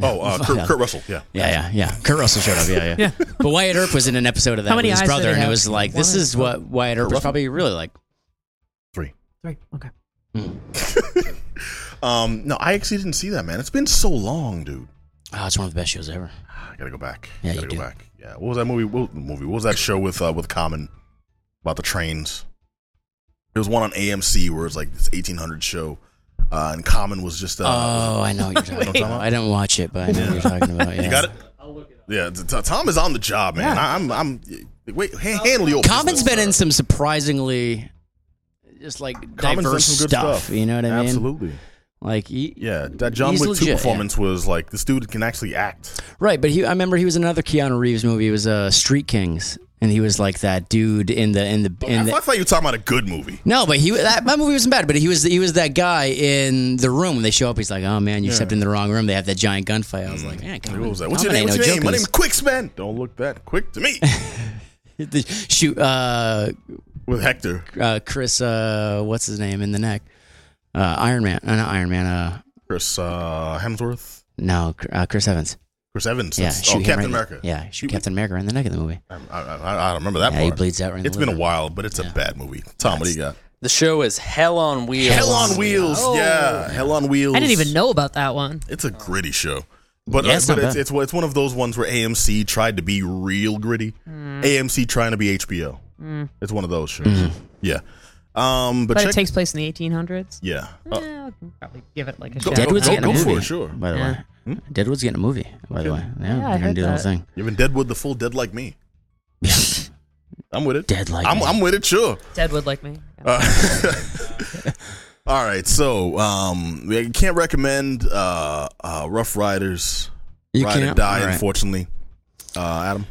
Speaker 3: Oh, uh,
Speaker 7: Fuck
Speaker 3: Kurt,
Speaker 7: yeah.
Speaker 3: Kurt Russell. Yeah.
Speaker 7: Yeah, yeah, yeah. Kurt Russell showed up. Yeah, yeah. But Wyatt Earp was in an episode of that
Speaker 4: How many
Speaker 7: with
Speaker 4: eyes
Speaker 7: his
Speaker 4: did
Speaker 7: brother,
Speaker 4: it
Speaker 7: and it
Speaker 4: have?
Speaker 7: was like, this
Speaker 4: One.
Speaker 7: is what Wyatt Earp was probably really like.
Speaker 4: Three. Okay.
Speaker 3: Um, no, I actually didn't see that, man. It's been so long, dude.
Speaker 7: Oh, it's one of the best shows ever.
Speaker 3: I gotta go back.
Speaker 7: Yeah,
Speaker 3: gotta
Speaker 7: you
Speaker 3: go
Speaker 7: do.
Speaker 3: back. Yeah. What was that movie? What, movie? What was that show with uh, with Common about the trains? There was one on AMC where it's like this 1800 show, uh, and Common was just. Uh,
Speaker 7: oh, I know what you're talking
Speaker 3: Wait.
Speaker 7: about. I didn't watch it, but I know what you're talking about. Yeah.
Speaker 3: you got it. Yeah, t- t- Tom is on the job, man. I, I'm, I'm. Wait, ha- handle your.
Speaker 7: Common's
Speaker 3: business,
Speaker 7: been in
Speaker 3: sir.
Speaker 7: some surprisingly, just like
Speaker 3: Common's done
Speaker 7: diverse
Speaker 3: some good
Speaker 7: stuff, You know what I mean?
Speaker 3: Absolutely.
Speaker 7: Like, he,
Speaker 3: Yeah, that John
Speaker 7: He's
Speaker 3: Wick two
Speaker 7: legit, yeah.
Speaker 3: performance was like this dude can actually act.
Speaker 7: Right, but he I remember he was in another Keanu Reeves movie. It was uh, Street Kings, and he was like that dude in the in the in
Speaker 3: I,
Speaker 7: the.
Speaker 3: thought you were talking about a good movie.
Speaker 7: No, but he that, that movie wasn't bad. But he was he was that guy in the room. They show up. He's like, "Oh man, you stepped in the wrong room." They have that giant gunfight. I was like, "Man, come
Speaker 3: What
Speaker 7: on,
Speaker 3: was that? What's
Speaker 7: come
Speaker 3: your
Speaker 7: on,
Speaker 3: name?
Speaker 7: ain't
Speaker 3: What's
Speaker 7: no
Speaker 3: your name? My
Speaker 7: joking."
Speaker 3: name's Quicksman. Don't look that quick to me.
Speaker 7: The- Shoot, uh,
Speaker 3: With Hector,
Speaker 7: uh, Chris, uh, what's his name in the neck? Uh, Iron Man, uh, not Iron Man. Uh,
Speaker 3: Chris uh, Hemsworth,
Speaker 7: no, uh, Chris Evans.
Speaker 3: Chris Evans.
Speaker 7: Yeah,
Speaker 3: That's-
Speaker 7: shoot
Speaker 3: oh,
Speaker 7: him
Speaker 3: Captain
Speaker 7: right in the-
Speaker 3: America.
Speaker 7: Yeah, shoot
Speaker 3: Shoot-
Speaker 7: Captain America in the neck of the movie.
Speaker 3: I, I, I- I don't remember that
Speaker 7: Yeah, he
Speaker 3: part.
Speaker 7: bleads out right in
Speaker 3: It's
Speaker 7: the
Speaker 3: been a
Speaker 7: liver.
Speaker 3: while, but it's a bad movie. Tom, what do you got?
Speaker 6: The show is Hell on Wheels.
Speaker 3: Hell on Wheels.
Speaker 6: Oh.
Speaker 3: Yeah, Hell on Wheels.
Speaker 4: I didn't even know about that one.
Speaker 3: It's a gritty show. But,
Speaker 7: Yeah,
Speaker 3: uh,
Speaker 7: it's
Speaker 3: but
Speaker 7: not
Speaker 3: it's,
Speaker 7: bad.
Speaker 3: it's it's one of those ones where AMC tried to be real gritty.
Speaker 7: Hmm.
Speaker 3: AMC trying to be HBO. It's one of those shows.
Speaker 7: Hmm.
Speaker 3: Yeah. Um, but,
Speaker 4: But
Speaker 3: check,
Speaker 4: it takes place in the 1800s.
Speaker 3: yeah.
Speaker 4: Yeah,
Speaker 3: Uh,
Speaker 4: I'll probably give it like a
Speaker 3: Go-
Speaker 4: shot.
Speaker 7: Deadwood's
Speaker 3: go-
Speaker 7: getting a
Speaker 3: go
Speaker 7: movie.
Speaker 3: oh, for it, sure. Hmm?
Speaker 7: By the
Speaker 4: Yeah.
Speaker 7: way, Deadwood's getting a movie. By the way,
Speaker 4: Yeah, I
Speaker 7: yeah, they're gonna
Speaker 4: heard
Speaker 7: do the whole
Speaker 4: that.
Speaker 7: thing.
Speaker 3: you've been Deadwood the full dead like me. I'm with it.
Speaker 7: Dead like
Speaker 3: I'm,
Speaker 7: me.
Speaker 3: I'm with it. Uh, Sure.
Speaker 4: Deadwood like me. Yeah.
Speaker 3: All right. So um, we can't recommend uh, uh, Rough Riders.
Speaker 7: You
Speaker 3: Ride or
Speaker 7: can't-
Speaker 3: die,
Speaker 7: all right.
Speaker 3: unfortunately. Uh, Adam.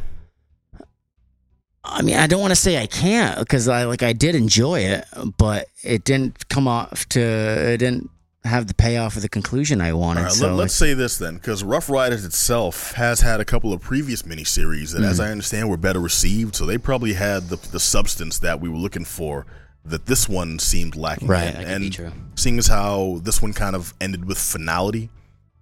Speaker 7: I mean, I don't want to say I can't because I like I did enjoy it, but it didn't come off to it didn't have the payoff or the conclusion I wanted.
Speaker 3: All right,
Speaker 7: so
Speaker 3: let, us say this then, because Rough Riders itself has had a couple of previous miniseries that,
Speaker 7: Hmm.
Speaker 3: as I understand, were better received. So they probably had the, the substance that we were looking for. That this one seemed lacking.
Speaker 7: Right,
Speaker 3: in.
Speaker 7: that could
Speaker 3: and
Speaker 7: be true.
Speaker 3: seeing as how this one kind of ended with finality,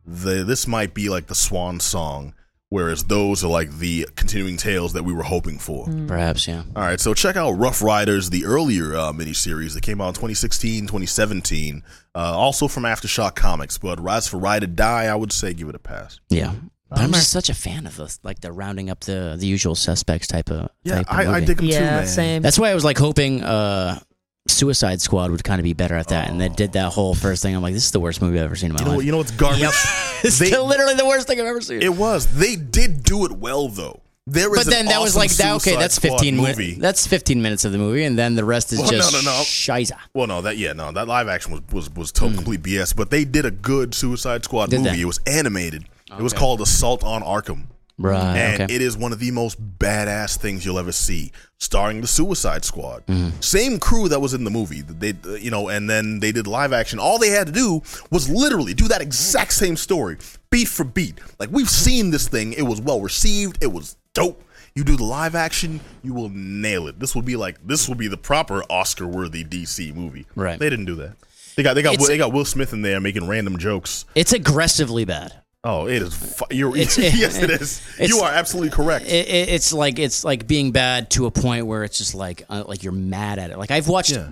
Speaker 3: the, this might be like the swan song. Whereas those are like the continuing tales that we were hoping for.
Speaker 7: like, perhaps yeah.
Speaker 3: All right, so check out Rough Riders, the earlier uh, miniseries that came out in 2016, 2017, uh, also from Aftershock Comics. But Rise for Ride to Die, I would say give it a pass.
Speaker 7: Yeah. But I'm just such a fan of the like the rounding up the the usual suspects type of
Speaker 3: Yeah,
Speaker 7: type of
Speaker 3: I, I
Speaker 7: movie.
Speaker 3: dig them too, man.
Speaker 4: same.
Speaker 7: That's why I was like hoping uh Suicide Squad would kind of be better at that, and they did that whole first thing. I'm like, this is the worst movie I've ever seen in my
Speaker 3: You know,
Speaker 7: life.
Speaker 3: you know what's garbage?
Speaker 7: it's
Speaker 3: they-
Speaker 7: still literally the worst thing I've ever seen.
Speaker 3: It was. They did do it well, though. There is
Speaker 7: but then
Speaker 3: an
Speaker 7: that was
Speaker 3: awesome
Speaker 7: like that, okay,
Speaker 3: Suicide
Speaker 7: that's
Speaker 3: Squad
Speaker 7: 15
Speaker 3: movie.
Speaker 7: minutes. That's 15 minutes of the movie, and then the rest is
Speaker 3: Well, no,
Speaker 7: just
Speaker 3: no, no.
Speaker 7: shiza.
Speaker 3: well, no, that yeah, no, that live action was was was total complete BS. But they did a good Suicide Squad
Speaker 7: Hmm. Did
Speaker 3: movie.
Speaker 7: they?
Speaker 3: It was animated. It was called Assault on Arkham.
Speaker 7: Right.
Speaker 3: and
Speaker 7: Uh, okay.
Speaker 3: it is one of the most badass things you'll ever see, starring the Suicide Squad,
Speaker 7: Mm-hmm.
Speaker 3: same crew that was in the movie. They, you know, and then they did live action. All they had to do was literally do that exact same story, beat for beat. Like we've seen this thing; it was well received. It was dope. You do the live action, you will nail it. This will be like this will be the proper Oscar-worthy DC movie.
Speaker 7: Right.
Speaker 3: They didn't do that. They got they got
Speaker 7: It's-
Speaker 3: they got Will Smith in there making random jokes.
Speaker 7: it's aggressively bad.
Speaker 3: Oh, it is. Fu- you're,
Speaker 7: It's-
Speaker 3: yes, it is.
Speaker 7: it's-
Speaker 3: you are absolutely correct.
Speaker 7: It, it, it's like it's like being bad to a point where it's just like uh, like you're mad at it. Like I've watched
Speaker 3: Yeah.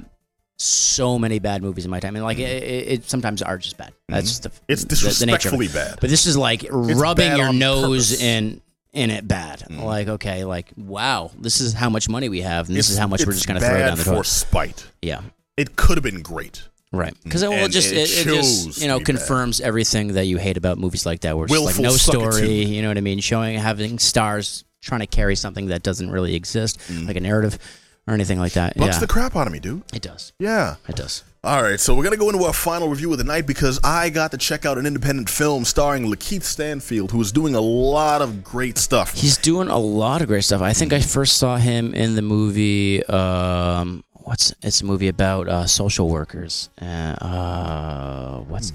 Speaker 7: so many bad movies in my time, and like it, it, it sometimes are just bad. That's just the
Speaker 3: Mm-hmm. It's
Speaker 7: the- the nature of it.
Speaker 3: disrespectfully bad.
Speaker 7: But this is like rubbing
Speaker 3: bad
Speaker 7: your
Speaker 3: on
Speaker 7: nose
Speaker 3: purpose. Mm-hmm.
Speaker 7: in in it bad. Like okay, like wow, this is how much money we have, and this
Speaker 3: It's-
Speaker 7: is how much we're
Speaker 3: it's
Speaker 7: just gonna
Speaker 3: bad
Speaker 7: throw down the
Speaker 3: for
Speaker 7: toilet.
Speaker 3: spite.
Speaker 7: Yeah.
Speaker 3: It could have been great.
Speaker 7: Right, because it will
Speaker 3: And
Speaker 7: just
Speaker 3: it
Speaker 7: it, it
Speaker 3: chose
Speaker 7: just you know
Speaker 3: to be bad.
Speaker 7: confirms everything that you hate about movies like that, where it's just like no
Speaker 3: Willful
Speaker 7: story.
Speaker 3: suckitude.
Speaker 7: You know what I mean? Showing having stars trying to carry something that doesn't
Speaker 3: Mm.
Speaker 7: really exist, like a narrative or anything like that.
Speaker 3: Bucks
Speaker 7: yeah,
Speaker 3: the crap out of me, dude.
Speaker 7: it does.
Speaker 3: Yeah.
Speaker 7: It does.
Speaker 3: All right, so we're gonna go into our final review of the night because I got to check out an independent film starring Lakeith Stanfield, who is doing a lot of great stuff.
Speaker 7: He's doing a lot of great stuff. I think I first saw him in the movie. Um, what's it's a movie about uh, social workers. Uh, uh, what's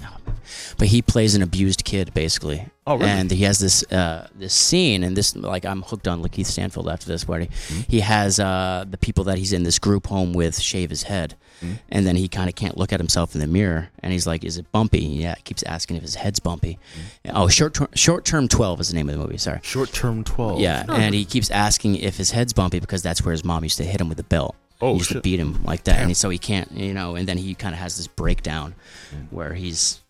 Speaker 7: but he plays an abused kid basically.
Speaker 3: Hmm. Oh, really?
Speaker 7: And he has this uh, this scene, and this like I'm hooked on Lakeith Stanfield after this party.
Speaker 3: Hmm?
Speaker 7: He has uh, the people that he's in this group home with shave his head,
Speaker 3: Hmm?
Speaker 7: and then he kind of can't look at himself in the mirror, and he's like, "Is it bumpy?" Yeah, he keeps asking if his head's bumpy.
Speaker 3: Hmm.
Speaker 7: Oh, short short term twelve is the name of the movie. Sorry.
Speaker 3: Short term twelve.
Speaker 7: Yeah, and he keeps asking if his head's bumpy because that's where his mom used to hit him with the belt.
Speaker 3: Oh,
Speaker 7: he used to
Speaker 3: shit.
Speaker 7: beat him like that, and he- so he can't, you know. And then he kind of has this breakdown
Speaker 3: Mm.
Speaker 7: where he's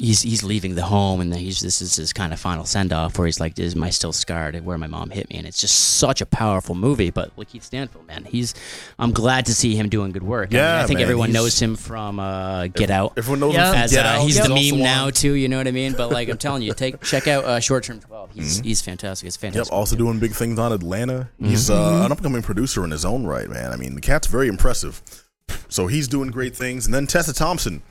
Speaker 7: he's he's leaving the home, and then he's this is his kind of final send off where he's like, "Is my still scarred where my mom hit me?" And it's just such a powerful movie. But Lakeith Stanfield, man, he's I'm glad to see him doing good work. I mean, I,
Speaker 3: Yeah,
Speaker 7: think
Speaker 3: man,
Speaker 7: everyone
Speaker 3: he's-
Speaker 7: knows him from uh, Get Out.
Speaker 3: Everyone knows
Speaker 4: Yeah.
Speaker 3: him from
Speaker 7: as
Speaker 3: Get
Speaker 7: uh,
Speaker 3: Out.
Speaker 7: he's the
Speaker 3: also
Speaker 7: meme
Speaker 3: on-
Speaker 7: now too, you know what I mean? But like I'm telling you, take check out uh, Short Term 12. He's he's fantastic. It's
Speaker 3: Mm-hmm. Yep,
Speaker 7: fantastic.
Speaker 3: also doing big things on Atlanta.
Speaker 7: Mm-hmm.
Speaker 3: He's uh, an upcoming producer in his own right, man. I mean, the cat's very impressive. So he's doing great things. And then Tessa Thompson,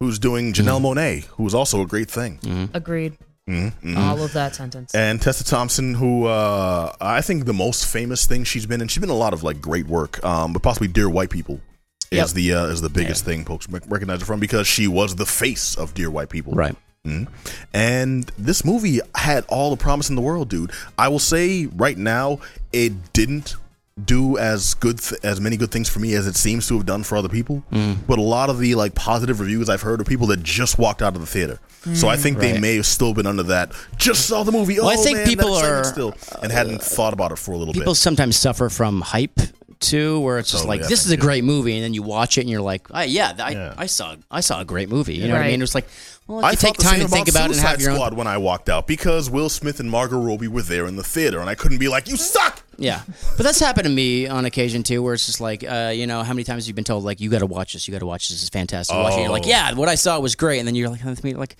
Speaker 3: who's doing Janelle
Speaker 7: Mm-hmm.
Speaker 3: Monet, who is also a great thing.
Speaker 4: Agreed.
Speaker 3: Mm-hmm. Eh,
Speaker 4: All of that sentence.
Speaker 3: And Tessa Thompson, who uh, I think the most famous thing she's been in, she's been in a lot of like great work, um, but possibly Dear White People is
Speaker 4: Yep.
Speaker 3: the uh, is the biggest thing folks rec- recognize her from because she was the face of Dear White People,
Speaker 7: Right.
Speaker 3: Mhm. And this movie had all the promise in the world, dude. I will say right now, it didn't do as good th- as many good things for me as it seems to have done for other people.
Speaker 7: Mm.
Speaker 3: But a lot of the like positive reviews I've heard are people that just walked out of the theater. So I think they
Speaker 7: Mm. Right.
Speaker 3: may have still been under that. Just saw the movie.
Speaker 7: Well,
Speaker 3: oh,
Speaker 7: I think
Speaker 3: man, that
Speaker 7: people
Speaker 3: excitement
Speaker 7: are- uh,
Speaker 3: still and hadn't thought about it for a little
Speaker 7: People
Speaker 3: bit.
Speaker 7: sometimes suffer from hype too, where it's just
Speaker 3: Totally, I
Speaker 7: like this
Speaker 3: think,
Speaker 7: is a
Speaker 3: yeah.
Speaker 7: great movie, and then you watch it and you're like, oh, yeah, th- I,
Speaker 3: Yeah.
Speaker 7: I saw I saw a great movie. You know what I
Speaker 4: Right.
Speaker 7: mean? It's like, well, if
Speaker 3: I
Speaker 7: you
Speaker 3: thought
Speaker 7: take
Speaker 3: the
Speaker 7: time
Speaker 3: same
Speaker 7: to think about it and
Speaker 3: Suicide
Speaker 7: have your
Speaker 3: Squad
Speaker 7: own.
Speaker 3: when I walked out because Will Smith and Margot Robbie were there in the theater, and I couldn't be like, "You suck."
Speaker 7: Yeah, but that's happened to me on occasion too, where it's just like, uh, you know, how many times you've been told like, you got to watch this, you got to watch this, this is fantastic. You Watch it, you're like,
Speaker 3: Oh.
Speaker 7: yeah, what I saw was great, and then you're like, like,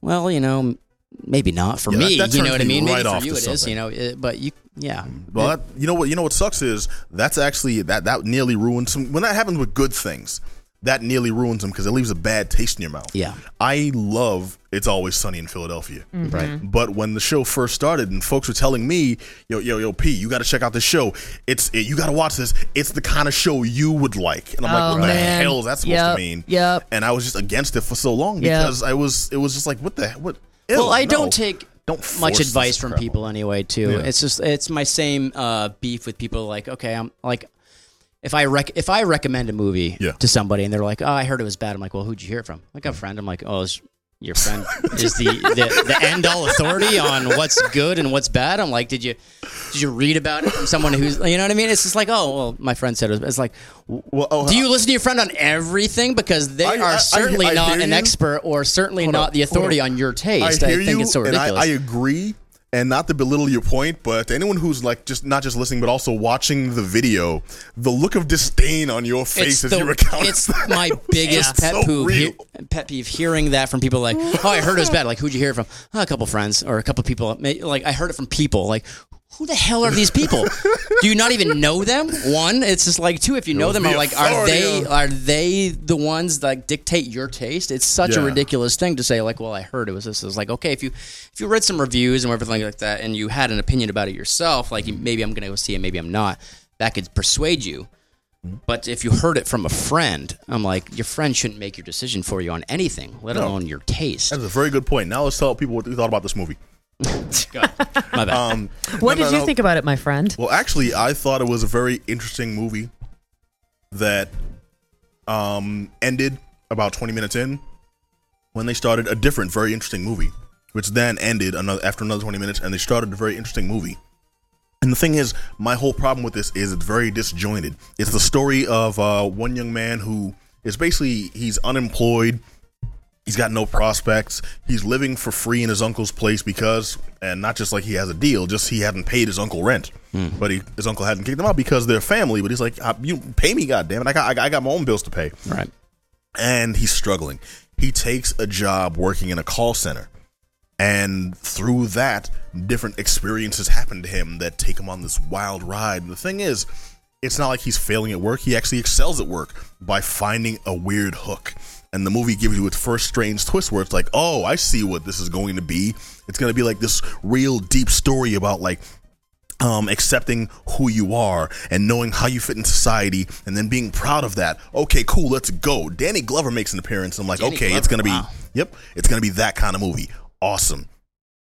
Speaker 7: well, you know, maybe not for
Speaker 3: Yeah, that-
Speaker 7: me.
Speaker 3: that
Speaker 7: you
Speaker 3: turns
Speaker 7: know what I
Speaker 3: me
Speaker 7: mean?
Speaker 3: right
Speaker 7: maybe
Speaker 3: off
Speaker 7: for you
Speaker 3: to
Speaker 7: it is,
Speaker 3: something. Mm-hmm.
Speaker 7: you know, it, but you, yeah,
Speaker 3: Well, that, you know what? You know what sucks is that's actually that that nearly ruins some. When that happens with good things, that nearly ruins them because it leaves a bad taste in your mouth.
Speaker 7: Yeah.
Speaker 3: I love it's always sunny in Philadelphia.
Speaker 4: Mm-hmm.
Speaker 7: right.
Speaker 3: But when the show first started, and folks were telling me, "Yo, yo, yo, P, you got to check out this show. It's it, you got to watch this. It's the kind of show you would like." And I'm
Speaker 4: Oh,
Speaker 3: like, "What
Speaker 4: man.
Speaker 3: the hell is that supposed
Speaker 4: Yep,
Speaker 3: to mean?"
Speaker 4: yep.
Speaker 3: And I was just against it for so long
Speaker 4: Yep.
Speaker 3: because I was it was just like, "What the what?"
Speaker 7: Well,
Speaker 3: Ew,
Speaker 7: I
Speaker 3: no.
Speaker 7: don't take
Speaker 3: Don't force
Speaker 7: much
Speaker 3: this
Speaker 7: advice from
Speaker 3: crap on
Speaker 7: people anyway. Too, it's just it's my same uh, beef with people. Like, okay, I'm like, if I rec- if I recommend a movie
Speaker 3: Yeah.
Speaker 7: to somebody and they're like, oh, I heard it was bad. I'm like, well, who'd you hear it from? Like a friend. I'm like, oh, it's your friend is the, the, the end all authority on what's good and what's bad. I'm like, did you did you read about it from someone who's you know what I mean? It's just like, oh, well, my friend said it was. It's like,
Speaker 3: Well, oh,
Speaker 7: do you listen to your friend on everything? Because they
Speaker 3: I- I- I-
Speaker 7: are certainly
Speaker 3: I
Speaker 7: not
Speaker 3: hear
Speaker 7: an
Speaker 3: you.
Speaker 7: expert or certainly
Speaker 3: Hold
Speaker 7: not
Speaker 3: on,
Speaker 7: the
Speaker 3: hold
Speaker 7: authority
Speaker 3: on.
Speaker 7: on your taste. I,
Speaker 3: hear
Speaker 7: think
Speaker 3: you,
Speaker 7: it's so
Speaker 3: and I-
Speaker 7: ridiculous.
Speaker 3: I, agree. And not to belittle your point, but to anyone who's like just not just listening, but also watching the video, the look of disdain on your face as you recount
Speaker 7: it's
Speaker 3: that
Speaker 7: my
Speaker 3: was
Speaker 7: biggest pet
Speaker 3: so
Speaker 7: peeve.
Speaker 3: real.
Speaker 7: he- pet peeve hearing that from people like, oh, I heard it was bad. Like, who'd you hear it from? "Oh, a couple friends or a couple people. May- Like, I heard it from people. Like, who the hell are these people? Do you not even know them? One, it's just like two. If you know
Speaker 3: was
Speaker 7: them,
Speaker 3: the
Speaker 7: are like, are
Speaker 3: authority
Speaker 7: they
Speaker 3: of-
Speaker 7: are they the ones that like, dictate your taste? It's such a
Speaker 3: Yeah.
Speaker 7: ridiculous thing to say. Like, well, I heard it was this. It's like, okay, if you if you read some reviews and everything like that, and you had an opinion about it yourself, like maybe I'm gonna go see it, maybe I'm not. That could persuade you. But if you heard it from a friend, I'm like, your friend shouldn't make your decision for you on anything, let alone your taste.
Speaker 3: That's a very good point. Now let's tell people what we thought about this movie.
Speaker 7: My bad.
Speaker 3: Um,
Speaker 4: what
Speaker 3: no, no,
Speaker 4: did you
Speaker 3: no.
Speaker 4: think about it, my friend?
Speaker 3: Well, actually, I thought it was a very interesting movie that um, ended about 20 minutes in when they started a different, very interesting movie, which then ended another after another 20 minutes, and they started a very interesting movie. And the thing is, my whole problem with this is it's very disjointed. It's the story of uh, one young man who is basically he's unemployed. He's got no prospects. He's living for free in his uncle's place because, and not just like he has a deal, just he hadn't paid his uncle rent. But he, his uncle hadn't kicked him out because they're family. But he's like, "Uh, you pay me, goddammit. I got, I got my own bills to pay
Speaker 7: right.
Speaker 3: and he's struggling. He takes a job working in a call center. And through that, different experiences happen to him that take him on this wild ride. And the thing is, it's not like he's failing at work. He actually excels at work by finding a weird hook. And the movie gives you its first strange twist where it's like, oh, I see what this is going to be. It's going to be like this real deep story about like um, accepting who you are and knowing how you fit in society and then being proud of that. Okay, cool, let's go. Danny Glover makes an appearance. I'm like,
Speaker 7: Danny
Speaker 3: okay, it's going
Speaker 7: Glover,
Speaker 3: to be,
Speaker 7: wow.
Speaker 3: yep, it's going to be that kind of movie. Awesome.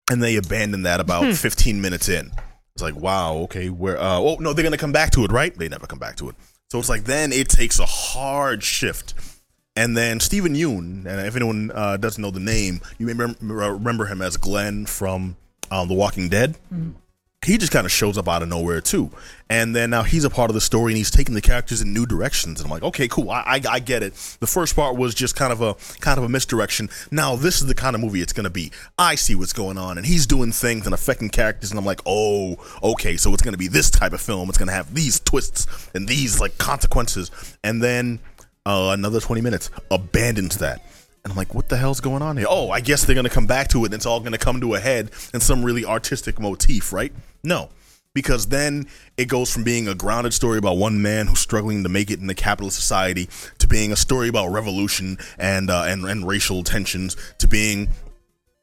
Speaker 3: And they abandon that about 15 minutes in. It's like, wow, okay, where, uh, oh, no, they're going to come back to it, right? They never come back to it. So it's like, then it takes a hard shift. And then Stephen Yoon, and if anyone uh, doesn't know the name, you may rem- remember him as Glenn from um, The Walking Dead he just kind of shows up out of nowhere too. And then now he's a part of the story and he's taking the characters in new directions. And I'm like, okay, cool. I, I, I get it. The first part was just kind of a kind of a misdirection. Now this is the kind of movie it's gonna be. I see what's going on and he's doing things and affecting characters. And I'm like, oh, okay. So it's gonna be this type of film. It's gonna have these twists and these like consequences. And then uh, another 20 minutes abandons that. And I'm like, what the hell's going on here? Oh, I guess they're going to come back to it and it's all going to come to a head in some really artistic motif, right? No, because then it goes from being a grounded story about one man who's struggling to make it in the capitalist society to being a story about revolution and, uh, and, and racial tensions to being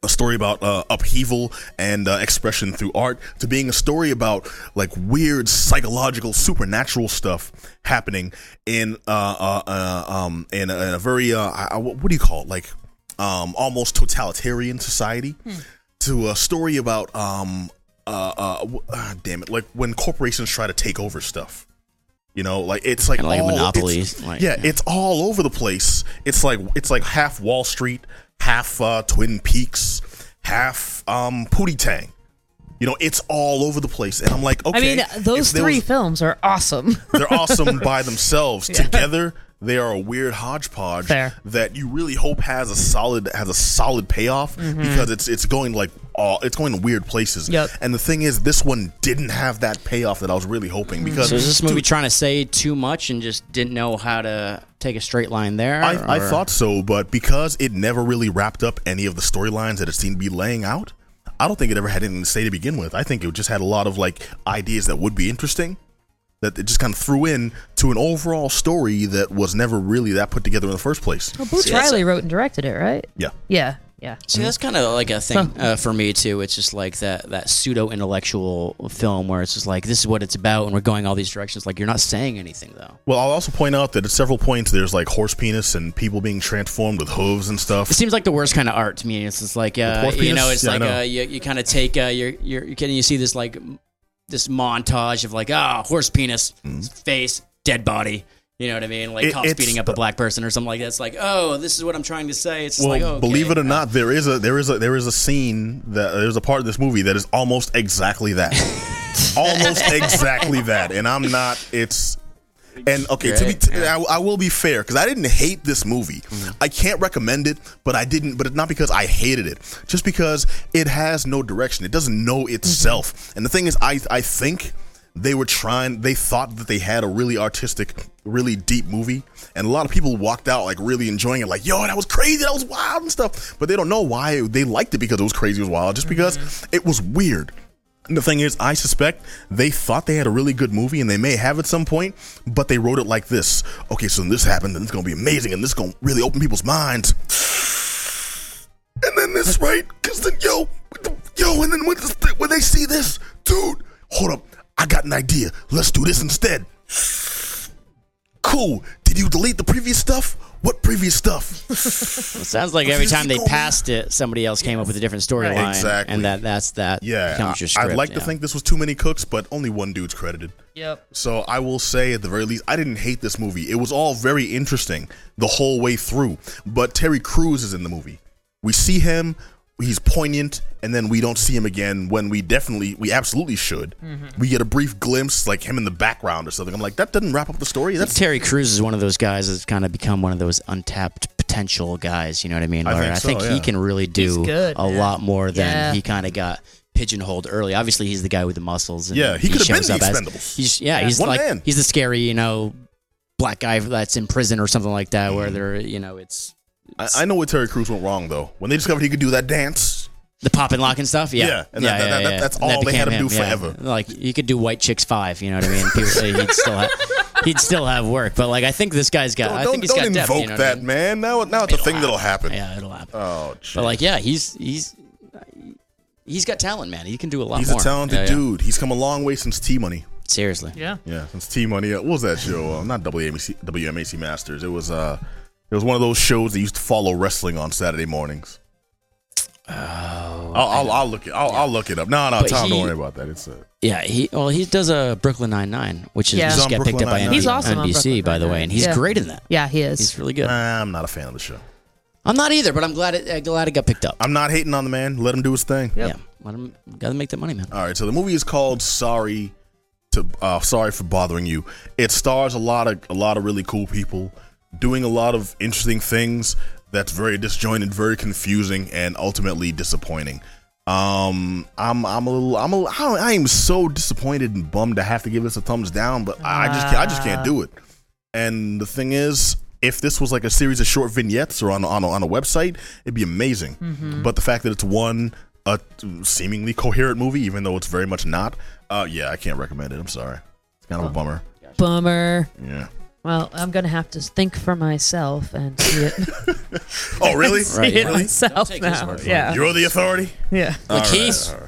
Speaker 3: a story about uh, upheaval and uh, expression through art to being a story about like weird psychological supernatural stuff happening in uh, uh, uh um in a, in a very uh I, I- what do you call it like um almost totalitarian society to a story about um uh, uh w- ah, damn it like when corporations try to take over stuff you know like it's like
Speaker 7: Kinda like a
Speaker 3: all- it's-
Speaker 7: monopoly, like,
Speaker 3: yeah
Speaker 7: yeah.
Speaker 3: it's all over the place. It's like it's like half Wall Street, half uh, Twin Peaks, half um, Pootie Tang. You know, it's all over the place, and I'm like, okay.
Speaker 4: I mean, uh, those
Speaker 3: if there
Speaker 4: three
Speaker 3: was-
Speaker 4: films are awesome.
Speaker 3: they're awesome by themselves. Together, they are a weird hodgepodge
Speaker 4: Fair.
Speaker 3: that you really hope has a solid has a solid payoff because it's it's going like all it's going to weird places.
Speaker 4: Mm-hmm. Yep.
Speaker 3: And the thing is, this one didn't have that payoff that I was really hoping because
Speaker 7: Hmm. So is this
Speaker 3: dude,
Speaker 7: movie trying to say too much and just didn't know how to take a straight line there?
Speaker 3: I, I
Speaker 7: or-
Speaker 3: thought so, but because it never really wrapped up any of the storylines that it seemed to be laying out, I don't think it ever had anything to say to begin with. I think it just had a lot of like ideas that would be interesting that it just kind of threw in to an overall story that was never really that put together in the first place.
Speaker 4: Well, Boots
Speaker 7: See, that's-
Speaker 4: Riley wrote and directed it, right?
Speaker 3: Yeah.
Speaker 4: Yeah, yeah.
Speaker 7: See, that's kind of like a thing uh, for me too. It's just like that that pseudo intellectual film where it's just like this is what it's about, and we're going all these directions. Like you're not saying anything though.
Speaker 3: Well, I'll also point out that at several points there's like horse penis and people being transformed with hooves and stuff.
Speaker 7: It seems like the worst kind of art to me. It's just like uh,
Speaker 3: dwarf
Speaker 7: you know,
Speaker 3: penis?
Speaker 7: it's
Speaker 3: Yeah, I
Speaker 7: like
Speaker 3: know.
Speaker 7: Uh, you, you kind of take uh, your your you can you see this like m- this montage of like ah horse penis face dead body. You know what I mean? Like
Speaker 3: Mm-hmm. It-
Speaker 7: cops
Speaker 3: it's-
Speaker 7: beating up a black person or something like that. It's like oh this is what I'm trying to say. It's just
Speaker 3: well,
Speaker 7: like oh, okay.
Speaker 3: believe it or not, there is a there is a there is a scene that there's a part of this movie that is almost exactly that, almost exactly that. And I'm not. It's and okay. To be,
Speaker 7: Great,
Speaker 3: to, I, I will be fair because I didn't hate this movie. I can't recommend it, but I didn't. But it's not because I hated it, just because it has no direction. It doesn't know itself. And the thing is, I I think they were trying they thought that they had a really artistic really deep movie and a lot of people walked out like really enjoying it like yo that was crazy that was wild and stuff but they don't know why they liked it because it was crazy it was wild just because it was weird and the thing is i suspect they thought they had a really good movie and they may have at some point but they wrote it like this okay so this happened and it's gonna be amazing and this is gonna really open people's minds and then this right because then yo what the- yo and then when, this, when they see this dude hold up i got an idea let's do this instead cool did you delete the previous stuff what previous stuff
Speaker 7: It sounds like every time they
Speaker 3: Physical-
Speaker 7: passed it, somebody else came up with a different storyline.
Speaker 3: Exactly.
Speaker 7: And that that's that.
Speaker 3: yeah
Speaker 7: becomes your
Speaker 3: I,
Speaker 7: script,
Speaker 3: would like to
Speaker 7: yeah.
Speaker 3: think this was too many cooks but only one dude's credited
Speaker 4: Yep.
Speaker 3: So I will say, at the very least, I didn't hate this movie. It was all very interesting the whole way through. But Terry Crews is in the movie. We see him. He's poignant, and then we don't see him again when we definitely, we absolutely should.
Speaker 7: Mm-hmm.
Speaker 3: We get a brief glimpse, like him in the background or something. I'm like, that doesn't wrap up the story.
Speaker 7: I think
Speaker 3: That's
Speaker 7: Terry Crews is one of those guys that's kind of become one of those untapped potential guys. You know what I mean?
Speaker 3: I
Speaker 7: Where
Speaker 3: think so, yeah.
Speaker 7: he can really do
Speaker 4: good,
Speaker 7: a
Speaker 4: man.
Speaker 7: lot more than
Speaker 4: Yeah.
Speaker 7: he kind of got pigeonholed early. Obviously, he's the guy with the muscles. And
Speaker 3: Yeah, he could've been
Speaker 7: shows
Speaker 3: the
Speaker 7: up as-
Speaker 3: Expendables.
Speaker 7: he's, yeah, he's
Speaker 3: One
Speaker 7: like
Speaker 3: man.
Speaker 7: he's the scary, you know, black guy that's in prison or something like
Speaker 3: Mm-hmm.
Speaker 7: that. Where they're, you know, it's
Speaker 3: I, I know where Terry Crews went wrong though. When they discovered he could do that dance,
Speaker 7: The pop and lock and stuff, yeah,
Speaker 3: Yeah, and that-
Speaker 7: yeah,
Speaker 3: that-
Speaker 7: yeah,
Speaker 3: that-
Speaker 7: yeah.
Speaker 3: that's
Speaker 7: And that
Speaker 3: all they had
Speaker 7: became
Speaker 3: him do forever.
Speaker 7: Like you could do White Chicks Five, you know what I mean? People, he'd still have, he'd still have work, but like I think this guy's got, I
Speaker 3: Don't,
Speaker 7: think he's
Speaker 3: don't invoke
Speaker 7: got depth, you know what I
Speaker 3: that,
Speaker 7: mean?
Speaker 3: man. Now, now it's a thing that'll happen.
Speaker 7: Yeah, it'll happen.
Speaker 3: Oh, jeez.
Speaker 7: But like, yeah, he's he's he's got talent, man. He can do a lot
Speaker 3: He's
Speaker 7: more.
Speaker 3: a talented
Speaker 7: Yeah, yeah.
Speaker 3: dude. He's come a long way since T Money.
Speaker 7: Seriously.
Speaker 4: Yeah.
Speaker 3: Yeah, since T Money. Uh, what was that show? Uh, not WMAC, WMAC Masters. It was uh, it was one of those shows that used to follow wrestling on Saturday mornings. Oh, I'll, I'll, I'll look it. I'll, I'll look it up. No, no,
Speaker 7: But
Speaker 3: Tom, don't
Speaker 7: he-
Speaker 3: worry about that. It's a,
Speaker 7: Yeah, he well he does a Brooklyn Nine Nine, which is
Speaker 4: Yeah. He's
Speaker 7: just
Speaker 3: on
Speaker 7: got picked
Speaker 3: Brooklyn
Speaker 7: up by
Speaker 3: Nine-Nine.
Speaker 7: NBC,
Speaker 4: He's awesome on
Speaker 7: NBC,
Speaker 4: Brooklyn
Speaker 7: by the way,
Speaker 4: Nine-Nine.
Speaker 7: and he's
Speaker 4: Yeah.
Speaker 7: great in that.
Speaker 4: Yeah, he is.
Speaker 7: He's really good.
Speaker 3: I'm not a fan of the show.
Speaker 7: I'm not either, but I'm glad it, uh, glad it got picked up.
Speaker 3: I'm not hating on the man. Let him do his thing.
Speaker 7: Yeah, let him gotta make that money, man.
Speaker 3: All right, so the movie is called Sorry to uh, Sorry for Bothering You. It stars a lot of a lot of really cool people doing a lot of interesting things that's very disjointed, very confusing, and ultimately disappointing. Um, I'm I'm a little I'm a, I, I am so disappointed and bummed to have to give this a thumbs down, but I I just can't, I just can't do it. And the thing is, if this was like a series of short vignettes or on on a, on a website, it'd be amazing. But the fact that it's one a seemingly coherent movie, even though it's very much not, uh, yeah, I can't recommend it. I'm sorry, it's kind of a bummer.
Speaker 4: Bummer.
Speaker 3: Yeah.
Speaker 4: Well, I'm gonna have to think for myself and see it,
Speaker 3: Oh, really?
Speaker 4: see
Speaker 7: Right,
Speaker 4: it
Speaker 7: really? Don't
Speaker 4: myself
Speaker 7: take his
Speaker 4: now.
Speaker 7: word for it. Uh,
Speaker 4: Yeah,
Speaker 3: You're the authority.
Speaker 4: yeah.
Speaker 7: Like he's
Speaker 3: All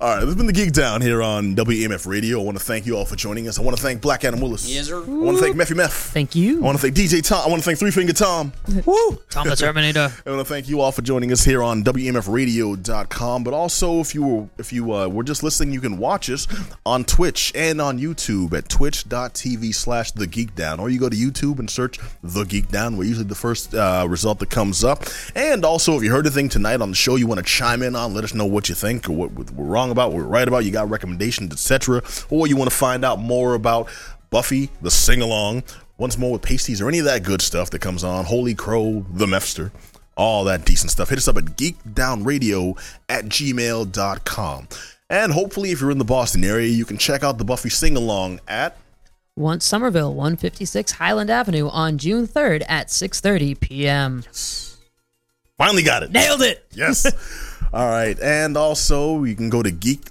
Speaker 3: right, this has been the Geek Down here on WMF Radio. I want to thank you all for joining us. I want to thank Black Adam Willis.
Speaker 7: Yes, sir.
Speaker 3: I want to thank Meffy Meff.
Speaker 4: Thank
Speaker 3: I
Speaker 4: you,
Speaker 3: want to thank DJ Tom. I want to thank Three Finger Tom. Woo!
Speaker 4: Tom the Terminator.
Speaker 3: I want to thank you all for joining us here on WMFRadio.com. But also, if you were if you uh, were just listening, you can watch us on Twitch and on YouTube at twitch.tv slash The Geek Down. Or you go to YouTube and search The Geek Down. We're usually the first uh, result that comes up. And also, if you heard anything tonight on the show you want to chime in on, let us know what you think or what we're wrong about, what we're right about, you got recommendations, etc. Or you want to find out more about Buffy, the sing along, once more with pasties or any of that good stuff that comes on. Holy Crow, the Mefster, all that decent stuff. Hit us up at geekdownradio at gmail.com. And hopefully, if you're in the Boston area, you can check out the Buffy sing along at.
Speaker 4: Once Somerville, 156 Highland Avenue on June 3rd at 6:30 p.m.
Speaker 3: Finally got it.
Speaker 4: Nailed it.
Speaker 3: Yes. all right. And also, you can go to geek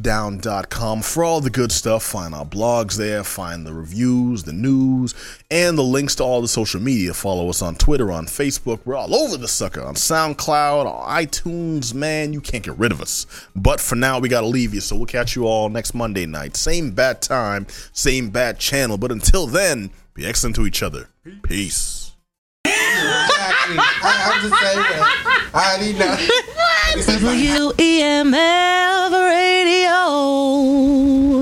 Speaker 3: down.com for all the good stuff. Find our blogs there, find the reviews, the news, and the links to all the social media. Follow us on Twitter, on Facebook. We're all over the sucker on SoundCloud, on iTunes. Man, you can't get rid of us. But for now, we got to leave you. So we'll catch you all next Monday night. Same bad time, same bad channel. But until then, be excellent to each other. Peace.
Speaker 10: Exactly. I, I'm just saying that. I need that.
Speaker 2: WEMF Radio.